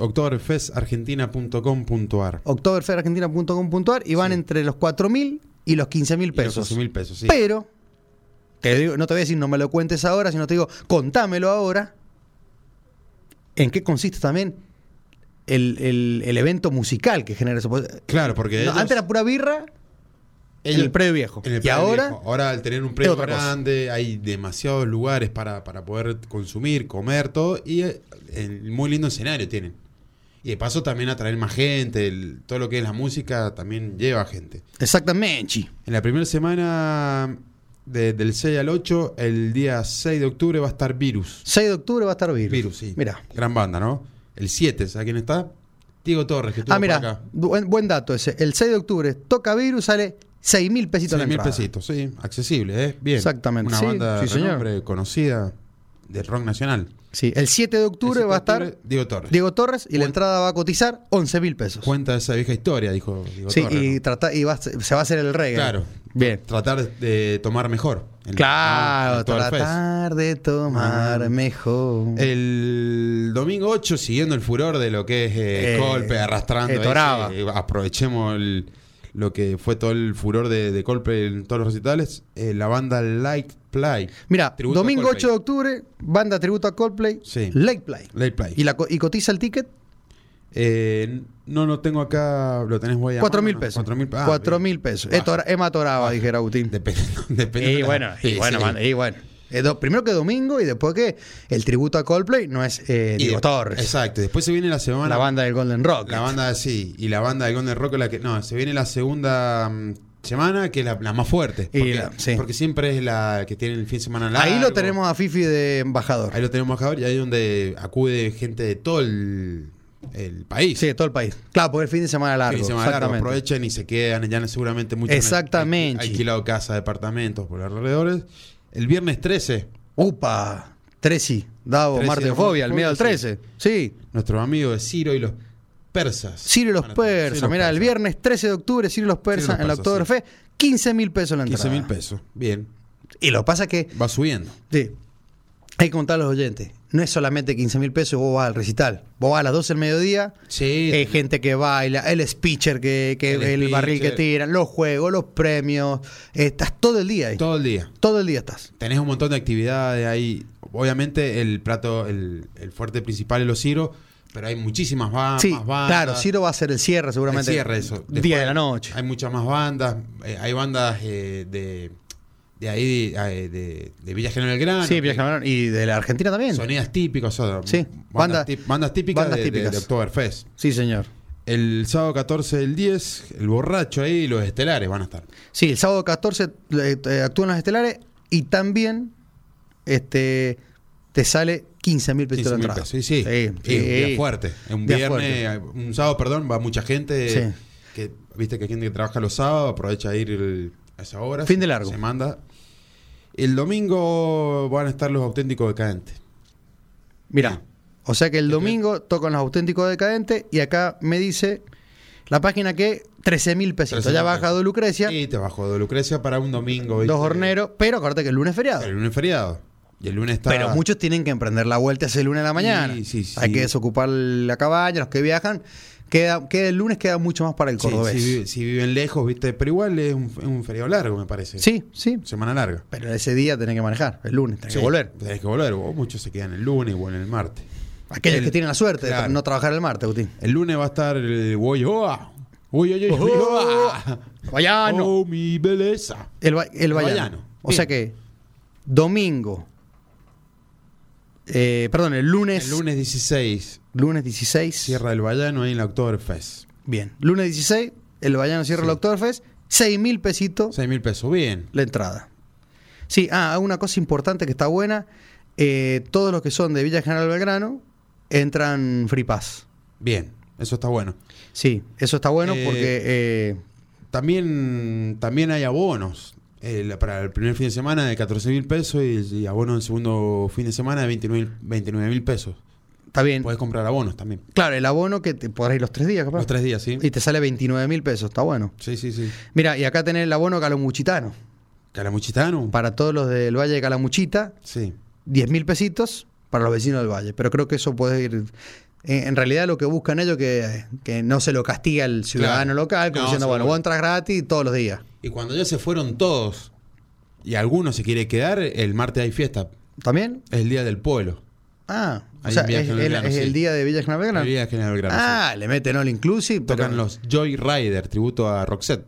Speaker 5: Oktoberfestargentina.com.ar.
Speaker 4: octoberferargentina.com.ar y van entre los 4.000 y los 15.000 pesos.
Speaker 5: mil pesos, sí.
Speaker 4: Pero, te digo, no te voy a decir no me lo cuentes ahora, sino te digo contámelo ahora. ¿En qué consiste también el, el- el evento musical que genera eso? Porque-
Speaker 5: Claro, porque
Speaker 4: No,
Speaker 5: ellos-
Speaker 4: antes era pura birra en
Speaker 5: ellos-
Speaker 4: el predio viejo.
Speaker 5: en el
Speaker 4: y
Speaker 5: predio
Speaker 4: ahora,
Speaker 5: viejo. oh. ahora al tener un predio
Speaker 4: otra cosa.
Speaker 5: grande, hay demasiados lugares para, para poder consumir, comer, todo. Y eh, el- muy lindo escenario tienen. Y de paso también atraer más gente. el- todo lo que es la música también lleva gente.
Speaker 4: exactamente.
Speaker 5: En la primera semana de- del 6 al 8, el día 6 de octubre va a estar Virus.
Speaker 4: 6 de octubre va a estar Virus.
Speaker 5: Virus, sí.
Speaker 4: Mira.
Speaker 5: Gran banda, ¿no? El 7, ¿sabes quién está? Diego Torres, que estuvo
Speaker 4: Ah,
Speaker 5: por
Speaker 4: mira,
Speaker 5: acá.
Speaker 4: buen, buen dato ese. El 6 de octubre toca Virus, sale 6 mil pesitos la
Speaker 5: mil
Speaker 4: entrada.
Speaker 5: pesitos, sí, accesible, ¿eh? Bien.
Speaker 4: Exactamente,
Speaker 5: Una
Speaker 4: sí,
Speaker 5: banda
Speaker 4: sí,
Speaker 5: de
Speaker 4: señor.
Speaker 5: renombre, conocida del rock nacional.
Speaker 4: Sí, el 7 de octubre
Speaker 5: El 7
Speaker 4: va a
Speaker 5: de
Speaker 4: estar
Speaker 5: octubre, Diego Torres.
Speaker 4: Diego Torres y la
Speaker 5: Cuen-
Speaker 4: entrada va a cotizar 11 mil pesos.
Speaker 5: Cuenta esa vieja historia, dijo Diego
Speaker 4: Sí,
Speaker 5: Torres.
Speaker 4: y,
Speaker 5: ¿no?
Speaker 4: trata- y va a se se va a hacer el reggae.
Speaker 5: Claro.
Speaker 4: Bien.
Speaker 5: Tratar de tomar mejor. en- en
Speaker 4: Claro,
Speaker 5: el Ah. Eh, Torres Fest.
Speaker 4: tratar de tomar mejor.
Speaker 5: El domingo 8, siguiendo el furor de lo que es eh,
Speaker 4: Eh,
Speaker 5: Colpe, arrastrando.
Speaker 4: eh, Toraba.
Speaker 5: ese, eh, aprovechemos el- lo que fue todo el furor de, de Colpe en todos los recitales. eh, la banda Light Play.
Speaker 4: Mira,
Speaker 5: tributo a
Speaker 4: domingo
Speaker 5: Coldplay.
Speaker 4: 8 de octubre, banda tributo a Coldplay,
Speaker 5: Sí.
Speaker 4: Late Play.
Speaker 5: Light Play.
Speaker 4: ¿Y, la co- y cotiza el ticket?
Speaker 5: Eh, no lo tengo acá, lo tenés voy a.
Speaker 4: 4 mil
Speaker 5: mano?
Speaker 4: pesos.
Speaker 5: Cuatro mil, ah,
Speaker 4: 4
Speaker 5: bien.
Speaker 4: mil pesos.
Speaker 5: Baja.
Speaker 4: Es tora- es matoraba, dijera Agustín.
Speaker 5: Depende, depende de
Speaker 4: Y
Speaker 5: la-
Speaker 4: bueno,
Speaker 5: Sí,
Speaker 4: y bueno,
Speaker 5: sí.
Speaker 4: mano, y bueno. Eh, do- primero que domingo y después que el tributo a Coldplay no es eh,
Speaker 5: Y
Speaker 4: Diego
Speaker 5: de-
Speaker 4: Torres,
Speaker 5: Exacto. Después se viene la semana.
Speaker 4: la banda del Golden Rock.
Speaker 5: La banda sí, y la banda de Golden Rock es la que no, se viene la segunda mm, semana que es la, la más fuerte,
Speaker 4: Y
Speaker 5: porque,
Speaker 4: la- sí.
Speaker 5: porque siempre es la que tiene el fin de semana largo.
Speaker 4: Ahí lo tenemos a Fifi de embajador.
Speaker 5: Ahí lo tenemos acá y ahí es donde acude gente de todo el, el país.
Speaker 4: Sí, de todo el país. Claro, porque el fin de semana largo.
Speaker 5: Fin de semana largo,
Speaker 4: exactamente.
Speaker 5: aprovechan y se quedan, ya seguramente muchos han
Speaker 4: Exactamente.
Speaker 5: alqui- alquilado casa, departamentos por alrededores. El viernes 13,
Speaker 4: Upa, Treci, Davo,
Speaker 5: 13,
Speaker 4: Marte Fobia, el miedo al 13. Sí.
Speaker 5: nuestro amigo de Ciro y los persas.
Speaker 4: Ciro y los
Speaker 5: Van a- Ciro
Speaker 4: Persas.
Speaker 5: y
Speaker 4: Mira, el viernes 13 de octubre, Ciro y los
Speaker 5: Ciro y
Speaker 4: Persas
Speaker 5: los
Speaker 4: en la
Speaker 5: Persas,
Speaker 4: Oktoberfest, 15 mil pesos la entrada.
Speaker 5: 15 mil pesos. Bien.
Speaker 4: Y lo que pasa es que,
Speaker 5: Va subiendo.
Speaker 4: sí, hay que contar a los oyentes. No es solamente 15 mil pesos, vos vas al recital. Vos vas a las 12 del mediodía,
Speaker 5: Sí.
Speaker 4: Hay gente que baila, el speecher, que, que
Speaker 5: El
Speaker 4: el, barril que
Speaker 5: speecher.
Speaker 4: tiran, los juegos, los premios. Estás todo el día ahí. Todo,
Speaker 5: todo el día.
Speaker 4: el día estás.
Speaker 5: Tenés un montón de actividades ahí. Obviamente el plato, el, el fuerte principal es los Ciro, pero hay muchísimas ba-
Speaker 4: sí,
Speaker 5: Ah, más bandas.
Speaker 4: claro, Ciro va a ser el cierre seguramente.
Speaker 5: El cierre, eso.
Speaker 4: día
Speaker 5: Después
Speaker 4: de la noche.
Speaker 5: Hay muchas más bandas. eh, hay bandas eh, de, de ahí, de, de- de Villa General Gran.
Speaker 4: sí, Villa Camarón. Y de la Argentina también.
Speaker 5: Sonidas típicas, o sea,
Speaker 4: Sí, bandas-
Speaker 5: bandas, tip- bandas típicas
Speaker 4: bandas
Speaker 5: de, de-
Speaker 4: típicas.
Speaker 5: de Oktoberfest.
Speaker 4: Sí, señor.
Speaker 5: El sábado 14 del 10, el borracho ahí y los estelares van a estar.
Speaker 4: Sí, el sábado 14 eh, eh, actúan los estelares y también este, te sale 15 mil pesos
Speaker 5: 15.000
Speaker 4: de entrada.
Speaker 5: pesos, Sí,
Speaker 4: sí,
Speaker 5: sí. Sí, un
Speaker 4: sí.
Speaker 5: día fuerte. Un
Speaker 4: Día
Speaker 5: viernes, un sábado, perdón, va mucha gente.
Speaker 4: Sí.
Speaker 5: Que, Viste que hay gente que trabaja los sábados, aprovecha de ir el- a esa hora.
Speaker 4: Fin de
Speaker 5: se-
Speaker 4: largo.
Speaker 5: Se manda. El domingo van a estar los auténticos decadentes.
Speaker 4: Mirá, o sea
Speaker 5: Este,
Speaker 4: que el domingo tocan los auténticos decadentes y acá me dice la página que 13 mil pesitos.
Speaker 5: 13.000
Speaker 4: ya baja
Speaker 5: pesos.
Speaker 4: de Lucrecia,
Speaker 5: Y te bajó de Lucrecia para un domingo. ¿viste?
Speaker 4: dos horneros, pero acuérdate que el lunes es feriado.
Speaker 5: El lunes feriado. Y el lunes está.
Speaker 4: Pero muchos tienen que emprender la vuelta ese lunes a la mañana.
Speaker 5: Ah. Sí, sí, sí.
Speaker 4: Hay que desocupar la cabaña, los que viajan. Queda, queda el lunes queda mucho más para el
Speaker 5: Sí,
Speaker 4: cordobés.
Speaker 5: si,
Speaker 4: Sí,
Speaker 5: vive- si viven lejos, ¿viste? Pero igual es un, es un feriado largo, me parece.
Speaker 4: sí.
Speaker 5: Semana larga.
Speaker 4: Pero ese día tenés que manejar, el lunes, tenés
Speaker 5: Sí,
Speaker 4: que volver.
Speaker 5: Tenés que volver. O muchos se quedan el lunes o en el martes.
Speaker 4: Aquellos
Speaker 5: El-
Speaker 4: que tienen la suerte de
Speaker 5: claro.
Speaker 4: tra- no trabajar el martes, Agustín.
Speaker 5: El lunes va a estar el Guayoa. Uy, uy, uy, uy, uy.
Speaker 4: Guayano.
Speaker 5: Oh, mi belleza.
Speaker 4: Uh, El, ba- el Bayano.
Speaker 5: Bayano.
Speaker 4: O
Speaker 5: Bien.
Speaker 4: sea que domingo, eh, perdón, el lunes,
Speaker 5: El lunes 16,
Speaker 4: lunes 16.
Speaker 5: Sierra del Bayano ahí en la Oktoberfest.
Speaker 4: Bien, lunes 16, el Bayano cierra
Speaker 5: Sí.
Speaker 4: el Oktoberfest, 6 mil pesitos
Speaker 5: 6 mil pesos, bien.
Speaker 4: la entrada. Sí, ah, una cosa importante que está buena, eh, todos los que son de Villa General Belgrano entran free pass.
Speaker 5: Bien, eso está bueno.
Speaker 4: Sí, eso está bueno
Speaker 5: Eh,
Speaker 4: porque... eh,
Speaker 5: También, también hay abonos. eh, la- para el primer fin de semana de 14 mil pesos y, y abonos el segundo fin de semana de 29 mil pesos.
Speaker 4: Está bien.
Speaker 5: Puedes comprar abonos también.
Speaker 4: Claro, el abono que te podrás ir los tres días, capaz.
Speaker 5: pues, Los tres días, ¿sí?
Speaker 4: Y te sale 29 mil pesos, está bueno.
Speaker 5: Sí, sí, sí.
Speaker 4: Mira, y acá tenés el abono calamuchitano.
Speaker 5: Calamuchitano.
Speaker 4: Para todos los del Valle de Calamuchita,
Speaker 5: Sí.
Speaker 4: 10 mil pesitos para los vecinos del Valle. Pero creo que eso puede ir. En, en realidad, lo que buscan ellos que, que no se lo castiga el ciudadano
Speaker 5: Claro.
Speaker 4: local, como
Speaker 5: No,
Speaker 4: diciendo,
Speaker 5: seguro.
Speaker 4: bueno, vos entras gratis todos los días.
Speaker 5: Y cuando ya se fueron todos y alguno se quiere quedar, el martes hay fiesta.
Speaker 4: ¿También?
Speaker 5: Es el día del pueblo.
Speaker 4: Ah, o
Speaker 5: Ahí
Speaker 4: sea,
Speaker 5: en Villa
Speaker 4: es,
Speaker 5: General
Speaker 4: es-
Speaker 5: Belgrano,
Speaker 4: es
Speaker 5: sí.
Speaker 4: el día de Villa General Belgrano.
Speaker 5: El día de General Belgrano,
Speaker 4: Ah, le meten all inclusive.
Speaker 5: sí. Tocan
Speaker 4: pero-
Speaker 5: los Joy Rider, tributo a Roxette.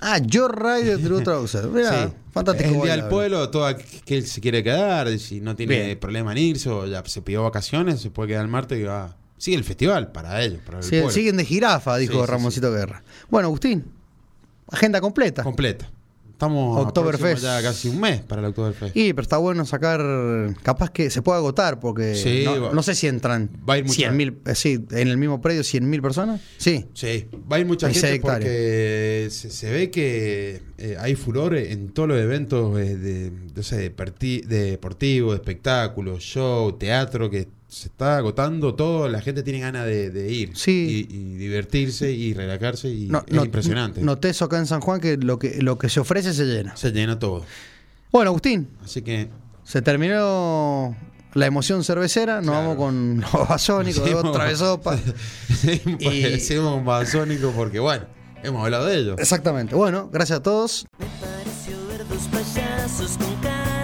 Speaker 4: Ah, yo Radio Tributo Roxette. Mirá,
Speaker 5: Sí.
Speaker 4: fantástico.
Speaker 5: Es el día
Speaker 4: bailable.
Speaker 5: del pueblo, todo aquel que se quiere quedar, y si no tiene
Speaker 4: Bien.
Speaker 5: problema en irse, o ya se pidió vacaciones, se puede quedar el martes y va. Sigue el festival para ellos, para el
Speaker 4: Sí,
Speaker 5: pueblo.
Speaker 4: siguen de jirafa, dijo
Speaker 5: Sí, sí,
Speaker 4: Ramoncito Guerra. Bueno, Agustín, agenda completa.
Speaker 5: Completa. Estamos a
Speaker 4: Oktoberfest.
Speaker 5: próximo ya casi un mes para el Oktoberfest.
Speaker 4: y pero está bueno sacar, capaz que se puede agotar, porque
Speaker 5: Sí,
Speaker 4: no,
Speaker 5: va-
Speaker 4: no sé si entran
Speaker 5: va a ir mucha-
Speaker 4: 100.000, eh, sí, en el mismo predio 100.000 personas. Sí,
Speaker 5: Sí, va a ir mucha
Speaker 4: Hay
Speaker 5: gente
Speaker 4: seis hectáreas.
Speaker 5: porque se, se ve que eh, hay furor en todos los eventos eh, de, no sé, de, parti- de deportivo, de espectáculos, show, teatro, que se está agotando todo, la gente tiene ganas de, de ir
Speaker 4: Sí.
Speaker 5: y, y divertirse y relajarse y
Speaker 4: No-
Speaker 5: es
Speaker 4: no-
Speaker 5: impresionante.
Speaker 4: Noté eso acá en San Juan que lo que, lo que se ofrece se llena.
Speaker 5: se llena todo.
Speaker 4: Bueno, Agustín,
Speaker 5: Así que
Speaker 4: se terminó la emoción cervecera, nos
Speaker 5: Claro.
Speaker 4: vamos con los basónicos,
Speaker 5: Sí,
Speaker 4: otra vez sopa. Y-
Speaker 5: parecemos un basónico porque bueno, hemos hablado de ello.
Speaker 4: Exactamente. Bueno, gracias a todos.
Speaker 3: Me pareció ver dos payasos con cara